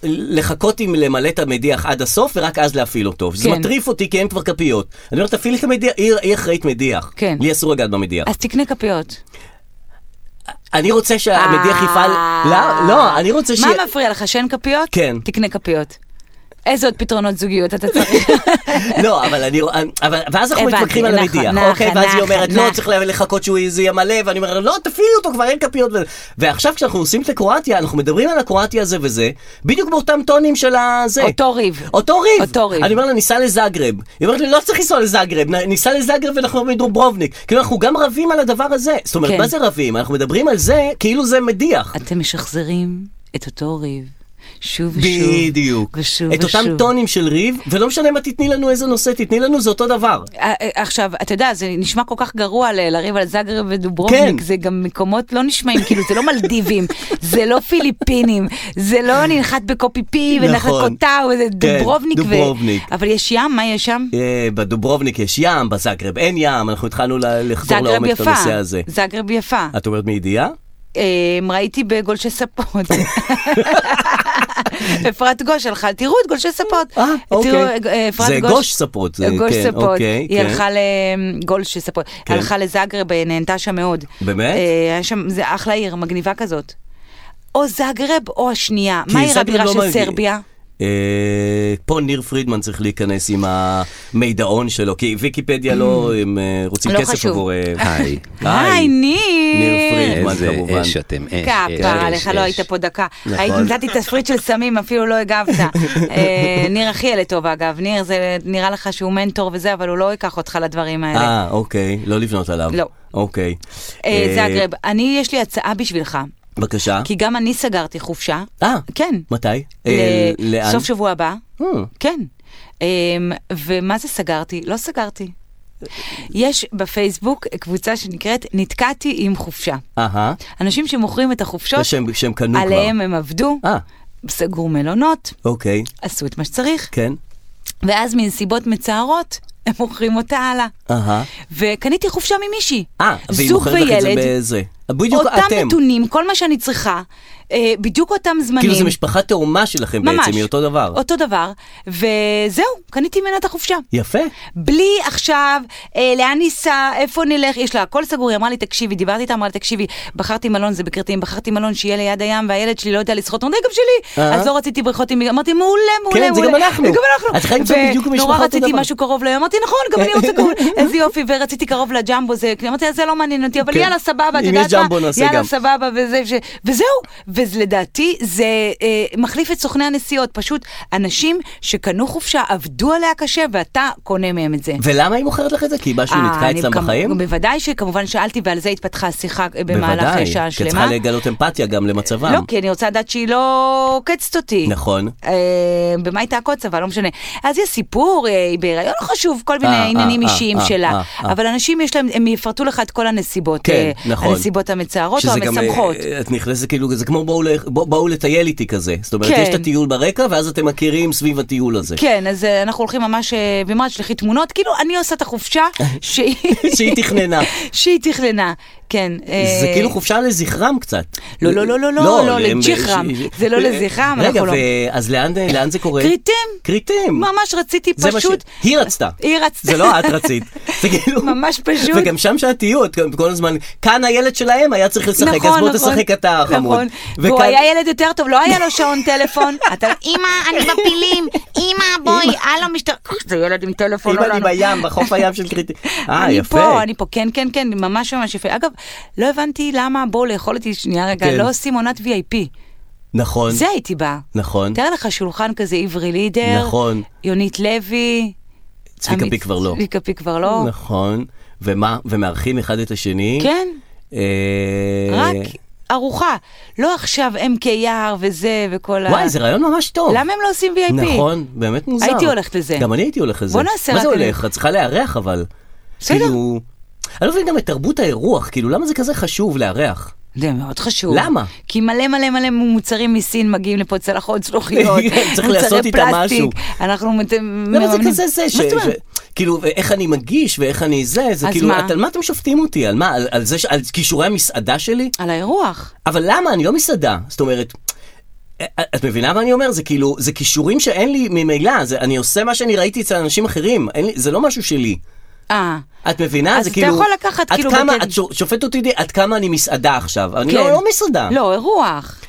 לחכות עם למלא את המדיח עד הסוף ורק אז להפעיל אותו. זה כן. מטריף אותי כי אין כבר כפיות. אני אומר, תפעיל את המדיח, היא היא אחראית מדיח. כן. לי אסור לגעת במדיח. אז תקנה כפיות. אני רוצה שהמדיח יפעל... לא, לא, אני רוצה ש... אה. מה מפריע לך, שאין כפיות? כן. תקנה כפיות. איזה עוד פתרונות זוגיות אתה צריך? לא, אבל אני... אבל- ואז אנחנו הבנתי, נכון, מתווכחים על נח, המדיח, נח, אוקיי? ואז היא נח, אומרת, נח. לא, צריך לחכות שהוא זה יהיה מלא, ואני אומר, לא, תפעילי אותו, כבר אין כפיות. וזה." ועכשיו כשאנחנו עושים את הקרואטיה, אנחנו מדברים על הקרואטיה הזה וזה, בדיוק באותם טונים של הזה. אותו ריב. אותו ריב. אותו ריב. אני אומר לה, ניסע לזאגרב. היא אומרת לי, לא צריך לנסוע לזאגרב, נ- ניסע לזאגרב ואנחנו מדוברובניק. כאילו, אנחנו גם רבים על הדבר הזה. זאת אומרת, כן. מה זה רבים? אנחנו מדברים על זה כאילו זה מדיח. אתם משחזרים את אותו ריב. שוב ושוב. בדיוק. ושוב את אותם ושוב. טונים של ריב, ולא משנה מה תתני לנו, איזה נושא תתני לנו, זה אותו דבר. אה, אה, עכשיו, אתה יודע, זה נשמע כל כך גרוע ל- לריב על זאגרב ודוברובניק, כן. זה גם מקומות לא נשמעים, כאילו, זה לא מלדיבים, זה לא פיליפינים, זה לא ננחת בקופי פי ונחת נכון. קוטאו, זה דוברובניק. ו- דוברובניק. אבל יש ים, מה יש שם? אה, בדוברובניק יש ים, בזאגרב אין ים, אנחנו התחלנו ל- לחקור זאגרב לעומק את יפה. הנושא הזה. זאגרב יפה. את אומרת מידיעה? אמ, ראיתי בגולשי ספות. אפרת גוש הלכה, תראו את גולשי ספות. אה, אוקיי. תראו, אה, אפרת זה גוש ספות, זה- גוש כן, ספות. אוקיי, היא כן. הלכה לגולשי ספות. כן. הלכה לזאגרב, אה, נהנתה שם מאוד. באמת? אה, היה שם, זה אחלה עיר, מגניבה כזאת. או זאגרב או השנייה. מה עיר זאגרב הבירה לא של מביא- סרביה? אה, פה ניר פרידמן צריך להיכנס עם המידעון שלו, כי ויקיפדיה לא, הם אה, רוצים לא כסף חשוב. עבור... אה, היי. היי, ניר ניר! פרידמן איזה כמובן. אש אתם, אש, אה, אש, כפרה אש, לך, לא אש. היית פה דקה. הייתי נכון. נתתי תפריט של סמים, אפילו לא הגבת. אה, ניר הכי ילד טוב אגב, ניר זה נראה לך שהוא מנטור וזה, אבל הוא לא ייקח אותך לדברים האלה. אה, אוקיי, לא לבנות עליו. לא. אוקיי. אה, אה, זאגרב, אני יש לי הצעה בשבילך, בבקשה. כי גם אני סגרתי חופשה. אה, כן. מתי? ל- אה, לאן? סוף שבוע הבא. אה, כן. אמ, ומה זה סגרתי? לא סגרתי. יש בפייסבוק קבוצה שנקראת נתקעתי עם חופשה. אהה. אנשים שמוכרים את החופשות, זה שהם- שהם קנו כבר. עליהם הם עבדו, אה, סגרו מלונות, אוקיי, עשו את מה שצריך, כן. ואז מנסיבות מצערות, הם מוכרים אותה הלאה. אהה. וקניתי חופשה ממישהי. אה, והיא זוג מוכרת לך את זה וילד. בזה. בדיוק אותם אתם. נתונים, כל מה שאני צריכה, אה, בדיוק אותם זמנים. כאילו זה משפחה תאומה שלכם ממש. בעצם, היא אותו דבר. אותו דבר, וזהו, קניתי ממנה את החופשה. יפה. בלי עכשיו, אה, לאן ניסע, איפה נלך, יש לה הכל סגור, היא אמרה לי, תקשיבי, דיברתי איתה, אמרה לי, תקשיבי, בחרתי מלון, זה בכרתים, בחרתי מלון שיהיה ליד הים, והילד שלי לא יודע לשחות, אמרתי, גם שלי, אה. אז לא רציתי בריכות עם... אמרתי, מעולה, מעולה, כן, זה מעולה." גם אנחנו. גם אנחנו. את חיים שם בדיוק עם ונורא משפחה אותו רציתי דבר. משהו קרוב לים, אמרתי, נכון, גם אני רוצה קרוב, איזה יופי, ורציתי קרוב לג'מבו, זה, אמרתי, "אז זה לא מעניין אותי, אבל כן. יאללה, סבבה, את אם יש יודעת ג'מבו, מה, נעשה יאללה, גם. סבבה, וזה, ש... וזהו. ולדעתי זה אה, מחליף את סוכני הנסיעות, פשוט אנשים שקנו חופשה, עבדו עליה קשה, ואתה קונה מהם את זה. ולמה היא מוכרת לך את זה? כי משהו אה, נתקע אני אצלם כמ- בחיים? בוודאי שכמובן שאלתי, ועל זה התפתחה השיחה אה, במהלך אה, בוודאי, שעה כי את צריכה שלמה. לגלות אמפתיה גם למצבם. לא, כי אני רוצה לדעת שהיא לא קצת אותי. נכון. אה, במה הייתה הקוץ, אבל לא משנה. אז יש סיפור, אה, היא בהיריון, לא חשוב, כל מיני אה, עניינים אה, אישיים אה, שלה. אה, אה. אבל אנשים יש להם, הם יפרטו לך את כל הנסיבות. כן, אה, נכון. הנסיבות המצערות או שזה גם, המשמחות. אה, את נכנסת כאילו, זה כמו בואו ל- בוא- בואו לטייל איתי כזה. זאת אומרת, כן. יש את הטיול ברקע, ואז אתם מכירים סביב הטיול הזה. כן, אז אה, אנחנו הולכים ממש, אה, במרד שלחי תמונות, כאילו אני עושה את החופשה שהיא שהיא תכננה. שהיא תכננה, כן. זה אה, כאילו חופשה לזכרם קצת. לא, לא, לא, לא, לא, לא, הם- לג'יחרם. ש- זה לא לזכרם, רגע, אנחנו לא- ואז לאן- לאן זה קורה? כריתים. כריתים. ממש רציתי זה מה ש- פשוט... היא רצתה. היא רצתה. זה לא את רצית. זה כאילו... ממש פשוט. וגם שם שתהיו, את כל הזמן, כאן הילד שלהם היה צריך לשחק, אז נכון, בוא נכון. תשחק אתה, חמוד. נכון, והוא וכאן- היה ילד יותר טוב, לא היה לו שעון טלפון. אתה אמא, אני בפילים. אמא, בואי, הלו משטרה. זה ילד עם טלפון. אם לא אני לנו. בים, בחוף הים של קריטי. אה, אני יפה. פה, אני פה, כן, כן, כן, ממש ממש יפה. אגב, לא הבנתי למה, בואו לאכול איתי שנייה רגע, כן. לא עושים עונת VIP. נכון, זה הייתי באה. נכון. תאר לך שולחן כזה עברי לידר. נכון. יונית לוי. צביקה עמית- פיק כבר לא. צביקה פיק כבר לא. נכון. ומה, ומארחים אחד את השני. כן, אה, רק ארוחה. לא עכשיו MK יער וזה וכל ה... וואי, זה רעיון ממש טוב. למה הם לא עושים VIP? נכון, באמת מוזר. הייתי הולכת לזה. גם אני הייתי הולך לזה. בוא נעשה מה זה רק אני- הולך? את צריכה לארח אבל. בסדר. כאילו... אני לא מבין גם את תרבות האירוח, כאילו, למה זה כזה חשוב לארח? זה מאוד חשוב. למה? כי מלא מלא מלא מוצרים מסין מגיעים לפה, צלחות, זלוחיות, צריך מוצרי לעשות איתם פלסטיק. משהו. אנחנו... מת- למה זה מממנים- כזה זה? ש- לא, מה זאת אומרת? ש- כאילו, איך אני מגיש ואיך אני זה, זה אז כאילו, מה? את- על מה אתם שופטים אותי? על מה? על- על זה ש- על כישורי המסעדה שלי? על האירוח. אבל למה? אני לא מסעדה. זאת אומרת... אה, את מבינה מה אני אומר? זה כאילו, זה כישורים שאין לי ממילא, זה, אני עושה מה שאני ראיתי אצל אנשים אחרים, אין לי, זה לא משהו שלי. אה. את מבינה? אז זה אתה כאילו... יכול לקחת עד כאילו כמה, בקטע- את שו- שופטת אותי די- עד כמה אני מסעדה עכשיו. אני כן. לא, לא מסעדה. לא, אירוח.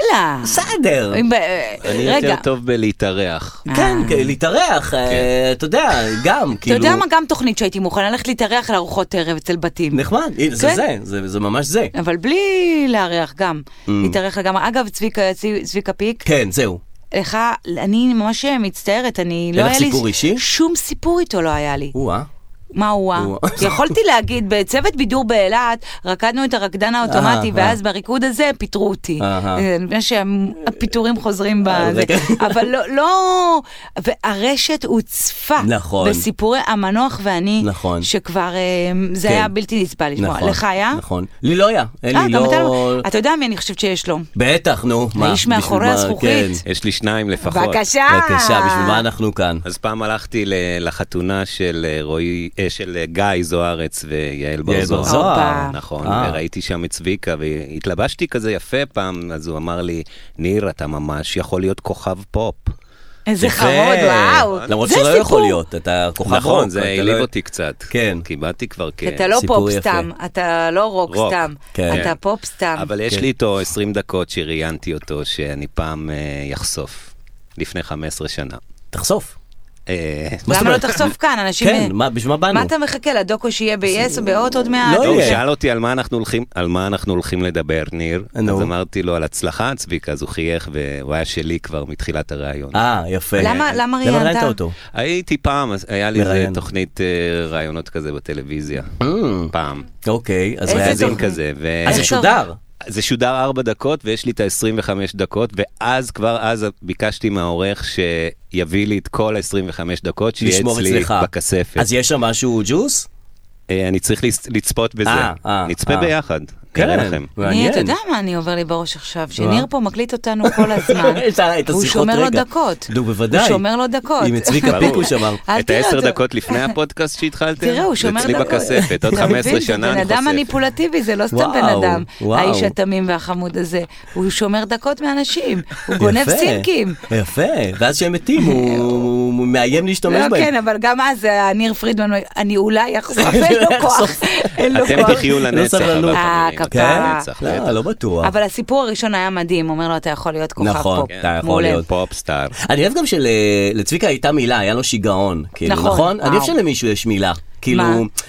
לא. בסדר. אם ב- אה, אני רגע, יותר טוב בלהתארח. כן, כן, להתארח, אה, כן. אתה יודע, גם, אתה כאילו... יודע מה? גם תוכנית שהייתי מוכנה ללכת להתארח לארוחות ערב אצל בתים. נחמד, הנה, זה כן. זה, זה- זה ממש זה. אבל בלי לארח גם. להתארח לגמרי. אגב, צביקה- צבי- צביקה פיק, Mm. כן, זהו. לך, אני ממש אה, מצטערת, אני לא לך היה לי... סיפור אישי? שום סיפור איתו לא היה לי. או-אה. מה הוא הוא- יכולתי להגיד, בצוות בידור באילת, רקדנו את הרקדן האוטומטי, אה, אה. ואז בריקוד הזה פיטרו אותי. אהה. אה, כן. אה, אני מבינה שהפיטורים חוזרים בזה. רגע. אבל לא, לא... והרשת הוצפה. נכון. בסיפורי המנוח ואני, נכון. שכבר אה, זה כן. היה בלתי נסבל לשמוע. נכון. לך היה? נכון. לי לא היה. אין אה, לי גם אתה לא... לא... אתה יודע מי אני חושבת שיש לו. בטח, נו. מה, האיש בשביל מאחורי מה, הזכוכית. אה. כן. יש לי שניים לפחות. בבקשה, בשביל מה אנחנו כאן? אז פעם הלכתי ל- לחתונה של אה, רועי, אה, של אה, גיא זוארץ ויעל בר בר זוהר. זוהר. הופה. נכון, אה. וראיתי שם את צביקה, והתלבשתי כזה יפה פעם, אז הוא אמר לי, ניר, אתה ממש יכול להיות כוכב פופ. איזה יפה. חמוד, וואו. למרות זה שלא יכול סיפור. להיות, אתה כוכב רוק, נכון, זה אתה לא- העליב אותי קצת. כן. כי באתי כבר כן. כ... כי אתה לא סיפור פופ יפה. סתם, אתה לא רוק, רוק, סתם, כן. אתה פופ סתם. אבל יש לי איתו 20 דקות שראיינתי אותו, שאני פעם אה, יחשוף, לפני 15 שנה. תחשוף. אה, מה זאת למה לא אומרת? תחשוף כאן? אנשים... כן, מה- בשביל מה באנו? מה אתה מחכה? לדוקו שיהיה ב-yes או ב-hot עוד מעט? לא לא, הוא יהיה. שאל אותי על מה אנחנו הולכים, על מה אנחנו הולכים לדבר, ניר. נו. אז אמרתי לו על הצלחה, צביקה, אז הוא חייך, והוא היה שלי כבר מתחילת הראיון. אה, יפה. למה- למה ראיינת? למה ראיינת אותו? הייתי פעם, אז היה לי איזה מראיין. תוכנית אה, ראיונות כזה בטלוויזיה. פעם. אוקיי, אז איזה ראיון ראיינת. תוכנית? כזה. ו- אז זה טוב. שודר. זה שודר ארבע דקות ויש לי את ה-25 דקות, ואז כבר אז ביקשתי מהעורך שיביא לי את כל ה-25 דקות שיהיה לשמור אצלי אצלך. בכספת. אז יש שם משהו ג'וס? אה, אני צריך לצ- לצפות בזה. אה, אה, נצפה אה. ביחד. נראה כן, לכם. אני, מעניין. אתה יודע מה אני עובר לי בראש עכשיו? שניר מה? פה מקליט אותנו כל הזמן. את ה- את הוא השיחות שומר לו רגע. דקות. נו, בוודאי. הוא שומר לו דקות. עם את צביקה ברור. פיק הוא שמר. אל את תראה העשר אותו. דקות לפני הפודקאסט שהתחלתם? תראה, הוא שומר אצלי דקות. בכספת, עוד אתה 15 מבין? שנה אני זה בן אדם חושף. מניפולטיבי, זה לא סתם וואו, בן אדם. וואו. האיש התמים והחמוד הזה. הוא שומר דקות מאנשים. הוא גונב יפה, סינקים. יפה, ואז שהם מתים, הוא- הוא הוא מאיים להשתמש לא, בהם. כן, אבל גם אז אה, ניר פרידמן, אני אולי אחזור, אין לו כוח. אין לו כוח. אתם תחיו לנצח, אבל סבלנות. לא אה, חברים, אתם כן? כפרה. לנצח, בטח. לא, לא בטוח. אבל הסיפור הראשון היה מדהים, אומר לו, אתה יכול להיות כוכב נכון, פופ. אתה יכול מעולה. להיות. פופסטאר. אני אוהב גם שלצביקה הייתה מילה, היה לו שיגעון, כאילו, נכון, נכון? אני אוהב וואו. שלמישהו יש מילה. כאילו,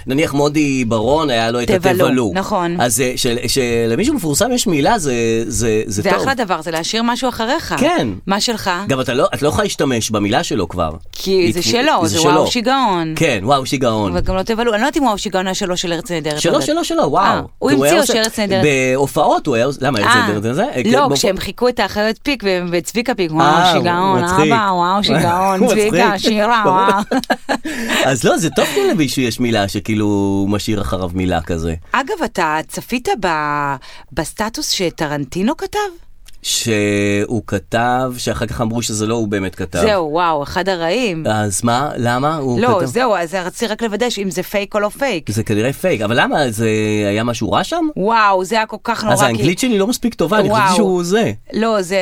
נניח מודי ברון, היה לו את תבלו, התבלו. נכון. אז אה, של- שלמישהו מפורסם יש מילה, זה- זה זה זה טוב. אחלה דבר, זה להשאיר משהו אחריך. כן. מה שלך? גם אתה לא, את לא יכולה להשתמש במילה שלו כבר. כי זה היא- שלו, זה שלו. וואו שיגעון. כן, וואו שיגעון. וגם לא תבלו, אני לא יודעת אם וואו שיגעון היה שלו של ארץ נהדרת. לא שלו, יודעת. שלו, שלו, אה, וואו. הוא היה המציא או עושה- שארץ נהדרת? בהופעות הוא היה עושה, למה ארץ אה, נהדרת זה? לא, כן, כשהם בהופ- חיכו את האחיות פיק ו- וצביקה פיק, אה, וואו שיגעון, מצחיק. אבא, וואו שיגעון, הוא מצחיק. צביקה, שירה, ברור. וואו. אז לא, זה טוב שלמישהו יש מילה שכאילו הוא משאיר אחריו מילה כזה. אגב, אתה צפית ב- בסטטוס שטרנטינו כתב? שהוא כתב, שאחר כך אמרו שזה לא הוא באמת כתב. זהו, וואו, אחד הרעים. אז מה, למה אה, הוא לא, כתב? זהו, אז רציתי רק לוודא אם זה פייק או לא פייק. זה כנראה פייק, אבל למה, זה היה משהו רע שם? וואו, זה היה כל כך נורא. אז כי- האנגלית שלי לא מספיק טובה, אני חושב וואו. שהוא זה. לא, זה,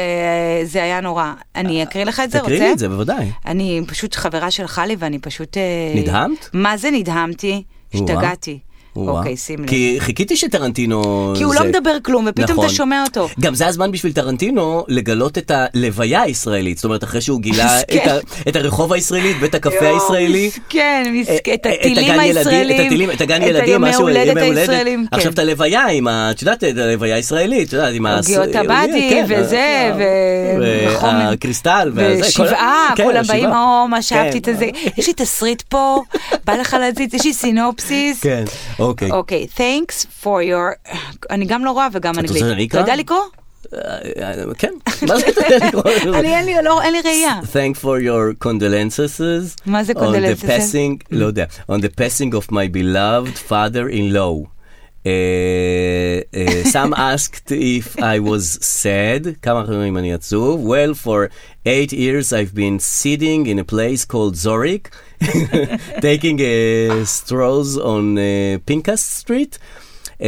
זה היה נורא. אני אקריא לך את זה, רוצה? אה, תקריא לי את זה, בוודאי. אני פשוט חברה שלך לי ואני פשוט... אה, נדהמת? מה זה נדהמתי? או-אה. השתגעתי. או-אה. אוקיי, שים לב. כי חיכיתי שטרנטינו... כי הוא זה- לא מדבר כלום, ופתאום נכון. אתה שומע אותו. גם זה הזמן בשביל טרנטינו לגלות את הלוויה הישראלית. זאת אומרת, אחרי שהוא גילה מסכן. את ה- את הרחוב הישראלי, את בית הקפה יואו, הישראלי. מסכן, מסכן, את אה, הטילים הגן ילדים- את הישראלים, הטילים, את הגן ילדים, הימי משהו, הולדת ימי הולדת. הישראלים, כן. עכשיו את הלוויה עם ה... את יודעת, את הלוויה הישראלית, את יודעת, עם ה... עוגיות הבאדי כן, וזה, ה- ו- וחומר. והקריסטל, וזה, כל- אה, ושבעה, כן, כולם באים, השבעה. או, מה שאהבתי את כן. הזה. יש לי תסריט פה, בא לך להציץ, יש לי סינופסיס. כן, אוקיי. אוקיי, thanks for your... אני גם לא רואה וגם אנגלית. רוצה שאני אתה אקרא? יודע לקרוא? אה, כן, מה זה אתה יודע לקרוא? אני אין לי, לא, אין לי ראייה. Thank for your condolences. מה זה On the condolences? passing, לא יודע. On the passing of my beloved father-in-law. Uh, uh, some asked if I was sad, כמה חברים אני עצוב. Well, for eight years I've been sitting in a place called Zurich, taking uh, strolls on uh, Pincus Street. Uh,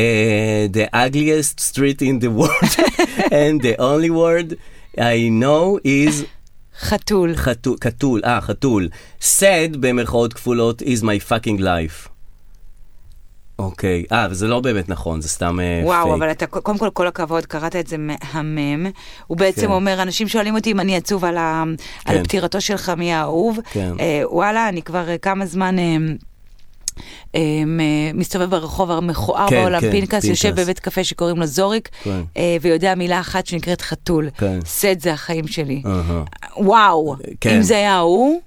the ugliest street in the world, and the only word I know is חתול. חתול, קטול, אה, חתול. said במרכאות כפולות is my fucking life. אוקיי, אה, וזה לא באמת נכון, זה סתם אה, פייק. וואו, אבל אתה, קודם כל, כל הכבוד, קראת את זה מהמם. הוא בעצם אומר, אנשים שואלים אותי אם אני עצוב על, ה, על כן. פטירתו של חמי האהוב. כן. אה, וואלה, אני כבר אה, כמה זמן... אה, אה, אה, מסתובב ברחוב המכוער כן, בעולם, כן, פנקס, יושב פנקס. בבית קפה שקוראים לו זוריק, כן. אה, ויודע מילה אחת שנקראת חתול. כן. סט זה החיים שלי. אהה. וואו, כן. אם זה היה הוא,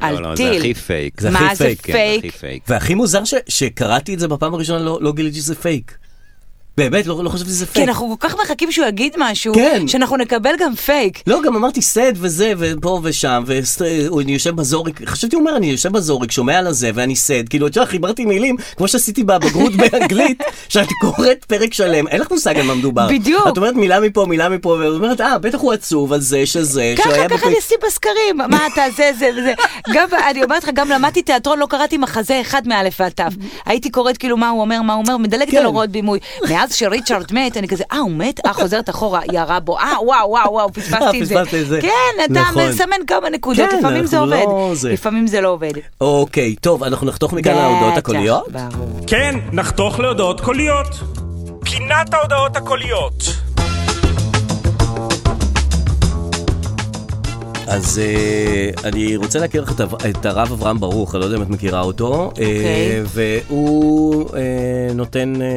לא, על לא, זה הכי טיל. פייק. זה מה הכי זה פייק, כן, פייק? הכי פייק. והכי מוזר ש- שקראתי את זה בפעם הראשונה, לא לא גיליתי שזה פייק. באמת, לא לא חשבתי שזה כי פייק. אנחנו כל כך מחכים שהוא יגיד משהו, כן. שאנחנו נקבל גם פייק. לא, גם אמרתי סד וזה, ופה ושם, ואני יושב בזוריק, חשבתי, הוא אומר, אני יושב בזוריק, שומע על הזה, ואני סד. כאילו, את יודעת, חיברתי מילים, כמו שעשיתי בבגרות באנגלית, שאת קוראת פרק שלם, אין לך מושג על מה מדובר. בדיוק. את אומרת מילה מפה, מילה מפה, ואת אומרת, אה, בטח הוא עצוב על זה, שזה, שהוא ככה, היה ככה בפרק." ניסי בסקרים, מה אתה, זה, זה וזה. גם, אני אומרת לך, גם למדתי תיאטרון, לא קראתי מחזה אחד מאלף ועד תו. הייתי קוראת כאילו מה הוא אומר, מה הוא אומר, מדלגת כן. על הוראות בימוי. מאז שריצ'רד מת, אני כזה, אה, הוא מת? אה, חוזרת אחורה, ירה בו, אה, וואו, וואו, וואו, פספסתי אה, את זה. פספסת את זה. כן, אתה נכון. מסמן כמה נקודות, כן, לפעמים זה אנחנו עובד. לא זה. לפעמים זה לא עובד. אוקיי, טוב, אנחנו נחתוך מכאן להודעות בטח, הקוליות. ברור. כן, נחתוך להודעות קוליות. פינת ההודעות הקוליות. אז אה, אני רוצה להכיר לך את ה- את הרב אברהם ברוך, אני לא יודע אם את מכירה אותו. אוקיי. אה, והוא אה, נותן אה,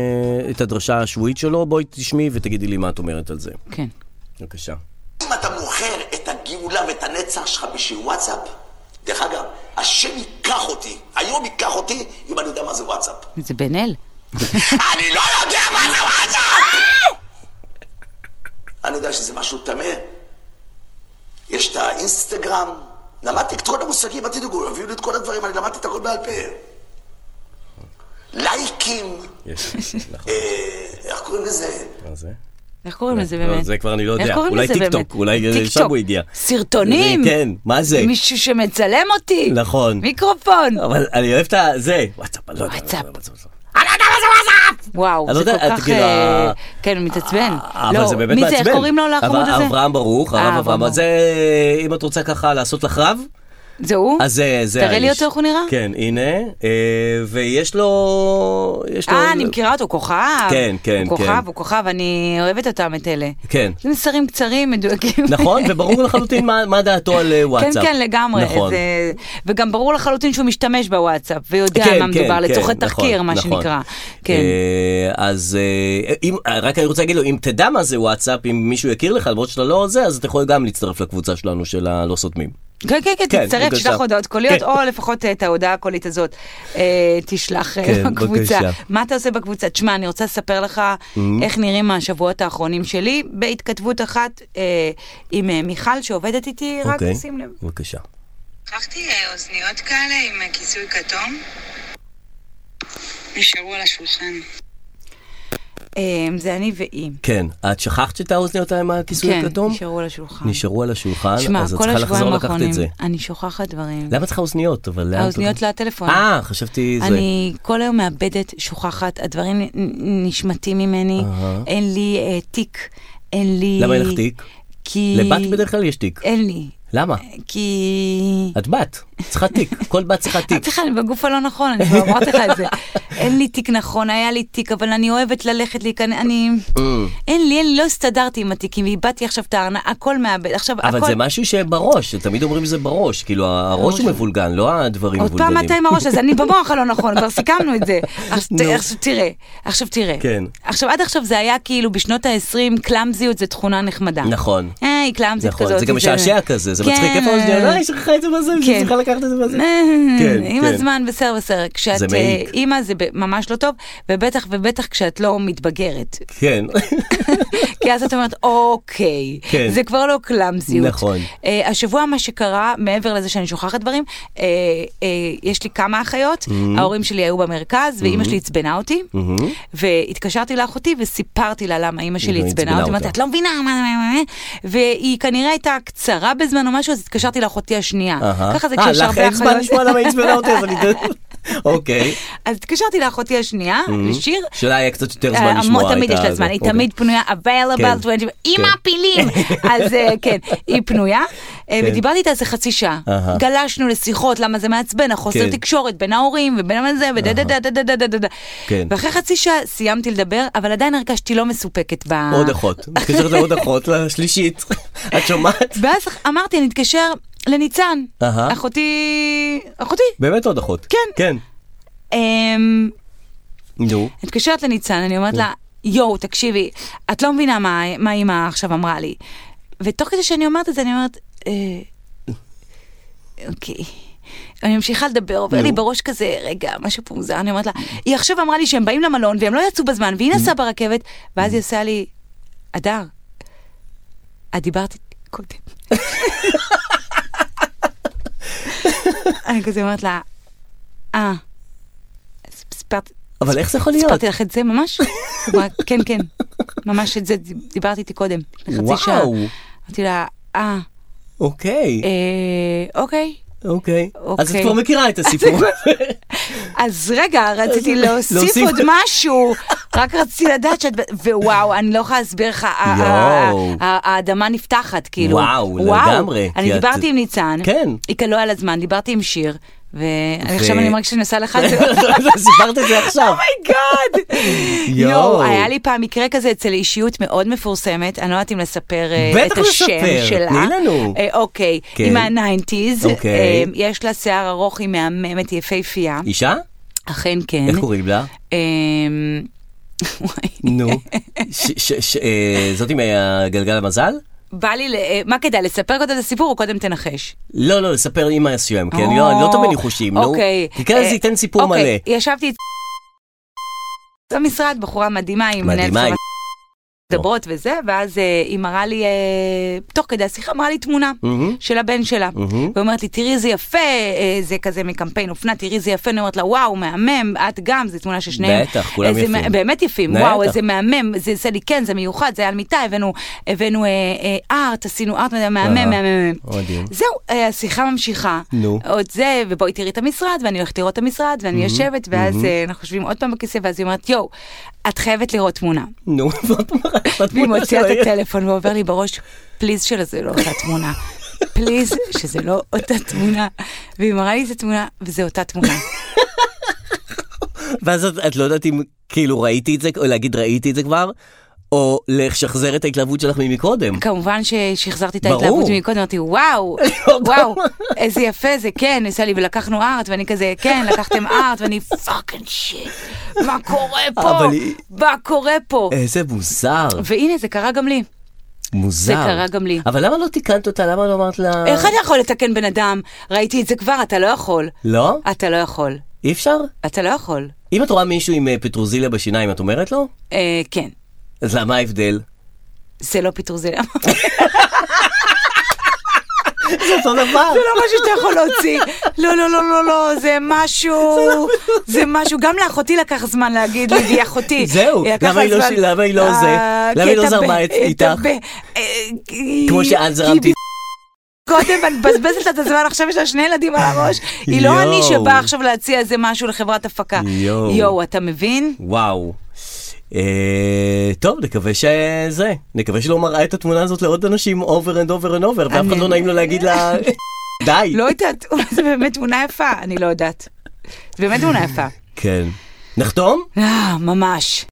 את הדרשה השבועית שלו, בואי תשמעי ותגידי לי מה את אומרת על זה. כן. בבקשה. אם אתה מוכר את הגאולה ואת הנצח שלך בשביל וואטסאפ, דרך אגב, השם ייקח אותי, היום ייקח אותי, אם אני יודע מה זה וואטסאפ. זה בן אל. אני לא יודע מה זה וואטסאפ! אני יודע שזה משהו טמא. יש את האינסטגרם, למדתי את כל המושגים, אל תדאגו, הביאו לי את כל הדברים, אני למדתי את הכל בעל פה. לייקים, יש, נכון. אה, איך קוראים לזה? מה זה? איך קוראים לזה לא, באמת? זה כבר אני לא איך יודע. קוראים אולי לזה באמת? טיקטוק, אולי טיקטוק. שם הוא הגיע. סרטונים? זה- כן, מה זה? מישהו שמצלם אותי? נכון. מיקרופון. אבל אני אוהב את ה... זה, וואטסאפ, אני לא יודע. וואטסאפ. וואטסאפ. לא וואו, אני זה לא כל יודע, את כך... כאילו אה, ה- אה, כן, מתעצבן. אבל לא, זה באמת מי מעצבן. זה, איך קוראים לו לחמוד אבל- הזה? אברהם ברוך, אה, הרב אברהם אברהם. ברוך. אז זה, אם את רוצה ככה לעשות לך רב, זה הוא? אז זה זה האיש. תראה לי אותו איך הוא נראה. כן, הנה. אה, ויש לו... יש לו- אה, אני מכירה אותו, כוכב. כן, כן, הוא כוכב, כן. הוא כוכב, אני אוהבת אותם, את אלה. כן. זה מסרים קצרים, מדויקים. נכון, וברור לחלוטין מה- מה דעתו על אה, כן, וואטסאפ. כן, לגמרי. נכון. זה- וגם ברור לחלוטין שהוא משתמש בוואטסאפ, ויודע כן, על מה מדובר, לצורכי תחקיר, מה שנקרא. כן. נכון, אה, אז אה, אם, אה, רק אני רוצה להגיד לו, אם תדע מה זה וואטסאפ, אם מישהו יכיר לך, למרות שאתה לא זה, אז אתה יכול גם להצטרף לקבוצה שלנו של הלא סותמים. כן, כן, כן, כן, תצטרף, בבקשה. תשלח הודעות קוליות, כן. או לפחות אה, את ההודעה הקולית הזאת אה, תשלח אה, כן, בקבוצה. בבקשה. Mm-hmm. מה אתה עושה בקבוצה? תשמע, אני רוצה לספר לך איך נראים השבועות האחרונים שלי, בהתכתבות אחת אה, עם אה, מיכל שעובדת איתי, רק אוקיי. שים לב. בבקשה. לקחתי אה, אוזניות כאלה עם אה, כיסוי כתום. נשארו על השולחן. אה, זה אני והיא. כן, את שכחת שאת האוזניות עם הכיסוי כן, הכתום? נשארו על השולחן. נשארו על השולחן, תשמע, אז את כל צריכה השבועיים לחזור לקחת האחרונים את זה. אני שוכחת דברים. למה את צריכה אוזניות? אבל לאן את- האוזניות לטלפון. אה, חשבתי זה. אני כל היום מאבדת, שוכחת, הדברים נ- נ- נשמטים ממני, אהה. אין לי אה, תיק, אין לי... למה אין לך תיק? כי... לבת בדרך כלל יש תיק. אין לי, למה? כי... את בת, צריכה תיק, כל בת צריכה את תיק. צריכה, אני בגוף הלא נכון, אני כבר אמרתי לך את זה. אין לי תיק נכון, היה לי תיק, אבל אני אוהבת ללכת להיכנס, אני... אין לי, אין לי, לא הסתדרתי עם התיקים, ואיבדתי עכשיו את הארנק, הכל מאבד, עכשיו הכל... אבל זה משהו שבראש, תמיד אומרים זה בראש, כאילו הראש הוא מבולגן, לא הדברים עוד פעם מבולגנים. אתה עם הראש הזה, אני במוח הלא נכון, כבר סיכמנו את זה. עכשיו ת- נו. עכשיו תראה, עכשיו תראה. כן. עכשיו עד עכשיו זה היה כאילו בשנות ה-20, קלאמזיות זה תכונה נחמדה. נכון. אה, היא קלאמזית כזאת. נכון, זה גם משעשע כזה, זה מצחיק, איפה האוזניות? אה, יש לך את זה בזה, כן. היא צריכה לקחת את זה בזה. כן, כן, עם כן. הזמן בסדר בסדר, כשאת זה מעיק. אה, אימא זה ב- ממש לא טוב, ובטח ובטח כשאת לא מתבגרת. כן, כי אז את אומרת, אוקיי, כן. זה כבר לא קלאמזיות. נכון. אה, השבוע מה שקרה, מעבר לזה שאני שוכחת דברים, אה, אה, יש לי כמה אחיות, Mm-hmm. ההורים שלי היו במרכז, ואימא שלי עצבנה אותי, והתקשרתי לאחותי וסיפרתי לה למה אימא שלי והיא עצבנה עצבנה אותי, אמרתי, אותה. את לא מבינה מה... מה- מה- מה?" והיא כנראה הייתה קצרה בזמן או משהו, אז התקשרתי לאחותי השנייה. אהה. ככה זה אה, כשיש לך הרבה אין אחיות. זמן לשמוע למה היא עצבנה אותי, אז אני... אוקיי. אז התקשרתי לאחותי השנייה, לשיר. שלה Mm-hmm. היה קצת יותר זמן אה, לשמוע. תמיד את יש לה הזה. זמן, היא אוקיי. תמיד פנויה, available כן. 20, עם כן. הפילים, אז אה, כן, היא פנויה, אה, ודיברתי איתה איזה חצי שעה, כן. אהה. גלשנו לשיחות, למה זה מעצבן, החוסר כן. תקשורת בין ההורים ובין מה זה, ודה דה דה דה דה דה דה דה. כן. ואחרי חצי שעה סיימתי לדבר, אבל עדיין הרגשתי לא מסופקת ב... עוד אחות, מתקשרת לעוד אחות, לשלישית. את שומעת? ואז אמרתי, אני אתקשר לניצן, אהה. אחותי, אחותי, באמת עוד אחות. כן. כן. אמ, נו. אני מתקשרת לניצן, אני אומרת לה, יואו, תקשיבי, את לא מבינה מה, מה אימא עכשיו אמרה לי. ותוך כדי שאני אומרת את זה, אני אומרת, "אה, אוקיי. אני ממשיכה לדבר, עובר לי בראש כזה, רגע, משהו פה מוזר, אני אומרת לה, היא עכשיו אמרה לי שהם באים למלון והם לא יצאו בזמן, והיא נסעה ברכבת, ואז היא עושה לי, אדר, את דיברת איתי קודם. אני כזה אומרת לה, אה, אז סיפרת, אבל איך זה יכול להיות? סיפרתי לך את זה ממש? אמרה, כן, כן, ממש את זה דיברתי איתי קודם, לפני חצי שעה. וואו. אמרתי לה, אה, אוקיי. אה, אוקיי. אוקיי. אז את אוקיי. כבר מכירה את הסיפור. אז רגע, רציתי להוסיף להוסיף. עוד משהו, רק רציתי לדעת שאת... ווואו, אני לא יכולה להסביר לך, ה- ה- ה- יואו. ה- האדמה נפתחת, כאילו. וואו, לגמרי, אני כי את- דיברתי עם ניצן, כן. היא כלא על הזמן, דיברתי עם שיר, ועכשיו ו- אני מרגישה שאני עושה לך את זה. סיפרת את זה עכשיו. Oh אומייגאד! Oh יואו. יואו, היה לי פעם מקרה כזה אצל אישיות מאוד מפורסמת, אני לא יודעת אם לספר אה, בטח את השם לספר, שלה. תני לנו. אה, אוקיי, כן. היא מהניינטיז, אוקיי. אה, יש לה שיער ארוך, היא מהממת, היא יפהפייה. אישה? אכן כן. איך קוראים לה? אמ, וואי. נו. ש- ש- ש- אה, זאת עם הגלגל המזל? בא לי, ל- אה, מה כדאי, לספר קודם את הסיפור או קודם תנחש? לא, לא, לספר עם הסיום, כי אני לא אני לא טוב או, בניחושים, נו. Oh. אוקיי. כי כאן אה, זה ייתן סיפור מלא. אוקיי, ישבתי במשרד, בחורה מדהימה, היא מנהלת מדהימה, חברת לא. מדברות וזה, ואז אה, היא מראה לי, אה, תוך כדי השיחה, מראה לי תמונה של הבן שלה. ואומרת לי, תראי איזה יפה, אה, זה כזה מקמפיין אופנה, תראי איזה יפה, אני אומרת לה, וואו, מהמם, את גם, זו תמונה של שניהם. בטח, כולם איזה יפים. מה- באמת יפים, בטח. וואו, איזה מהמם, זה עושה לי כן, זה מיוחד, זה היה על מיטה, הבאנו, הבאנו אה, אה, ארט, עשינו ארט, מהמם, אהה, מהמם, מהמם. מדהים. זהו, אה, השיחה ממשיכה. נו. עוד זה, ובואי תראי את המשרד, ואני הולכת לראות את המשרד, ואני יושבת, ואז אה, אנחנו יושבים עוד פעם בכיסא, ואז היא אומרת, יואו, את חייבת לראות תמונה. נו, ועוד פעם רק והיא בתמונה של מוציאה את הילד. הטלפון ועובר לי בראש, פליז שזה לא אותה תמונה. פליז שזה לא אותה תמונה. והיא מראה לי את התמונה, וזה אותה תמונה. ואז את, את לא יודעת אם כאילו ראיתי את זה, או להגיד ראיתי את זה כבר, או לשחזר את ההתלהבות שלך ממקודם. כמובן ששחזרתי את ברור. לא ההתלהבות מקודם, אמרתי, וואו, וואו, איזה יפה זה, כן, עשה לי, ולקחנו ארט, ואני כזה, כן, לקחתם ארט, ואני פאקינג שיט, מה קורה פה? אבל היא- אה. מה קורה פה? איזה מוזר, והנה, זה קרה גם לי. מוזר. זה קרה גם לי. אבל למה לא תיקנת אותה? למה לא אמרת לה... איך אתה יכול לתקן בן אדם? ראיתי את זה כבר, אתה לא יכול. לא? אתה לא יכול. אי אפשר? אתה לא יכול. אם את רואה מישהו עם אה, פטרוזיליה בשיניים, את אומרת לו? אה, כן. אז למה ההבדל? זה לא פטרוזיליה. זה אותו דבר. זה לא משהו שאתה יכול להוציא. לא, לא, לא, לא, לא, זה לא משהו, זה משהו, גם לאחותי לקח זמן להגיד לי, והיא אחותי. זהו, לקח לה למה היא לא זמן. אה, ש- למה היא לא זה? כי למה היא לא את הב- זרמה את איתך? הב- אה, כמו כי- שאת כי זרמתי. קודם, ואני מבזבזת לה את הזמן, עכשיו יש לה שני ילדים על הראש. היא לא יואו. אני שבאה עכשיו להציע איזה משהו לחברת הפקה. יואו. יואו, אתה מבין? וואו. אה, טוב, נקווה שזה. נקווה שלא מראה את התמונה הזאת לעוד אנשים over and over and over, ואף אחד אני- לא נעים לו להגיד לה... די. לא יודעת, אולי זו באמת תמונה יפה, אני לא יודעת. זו באמת תמונה יפה. כן. נחתום? אה, ממש.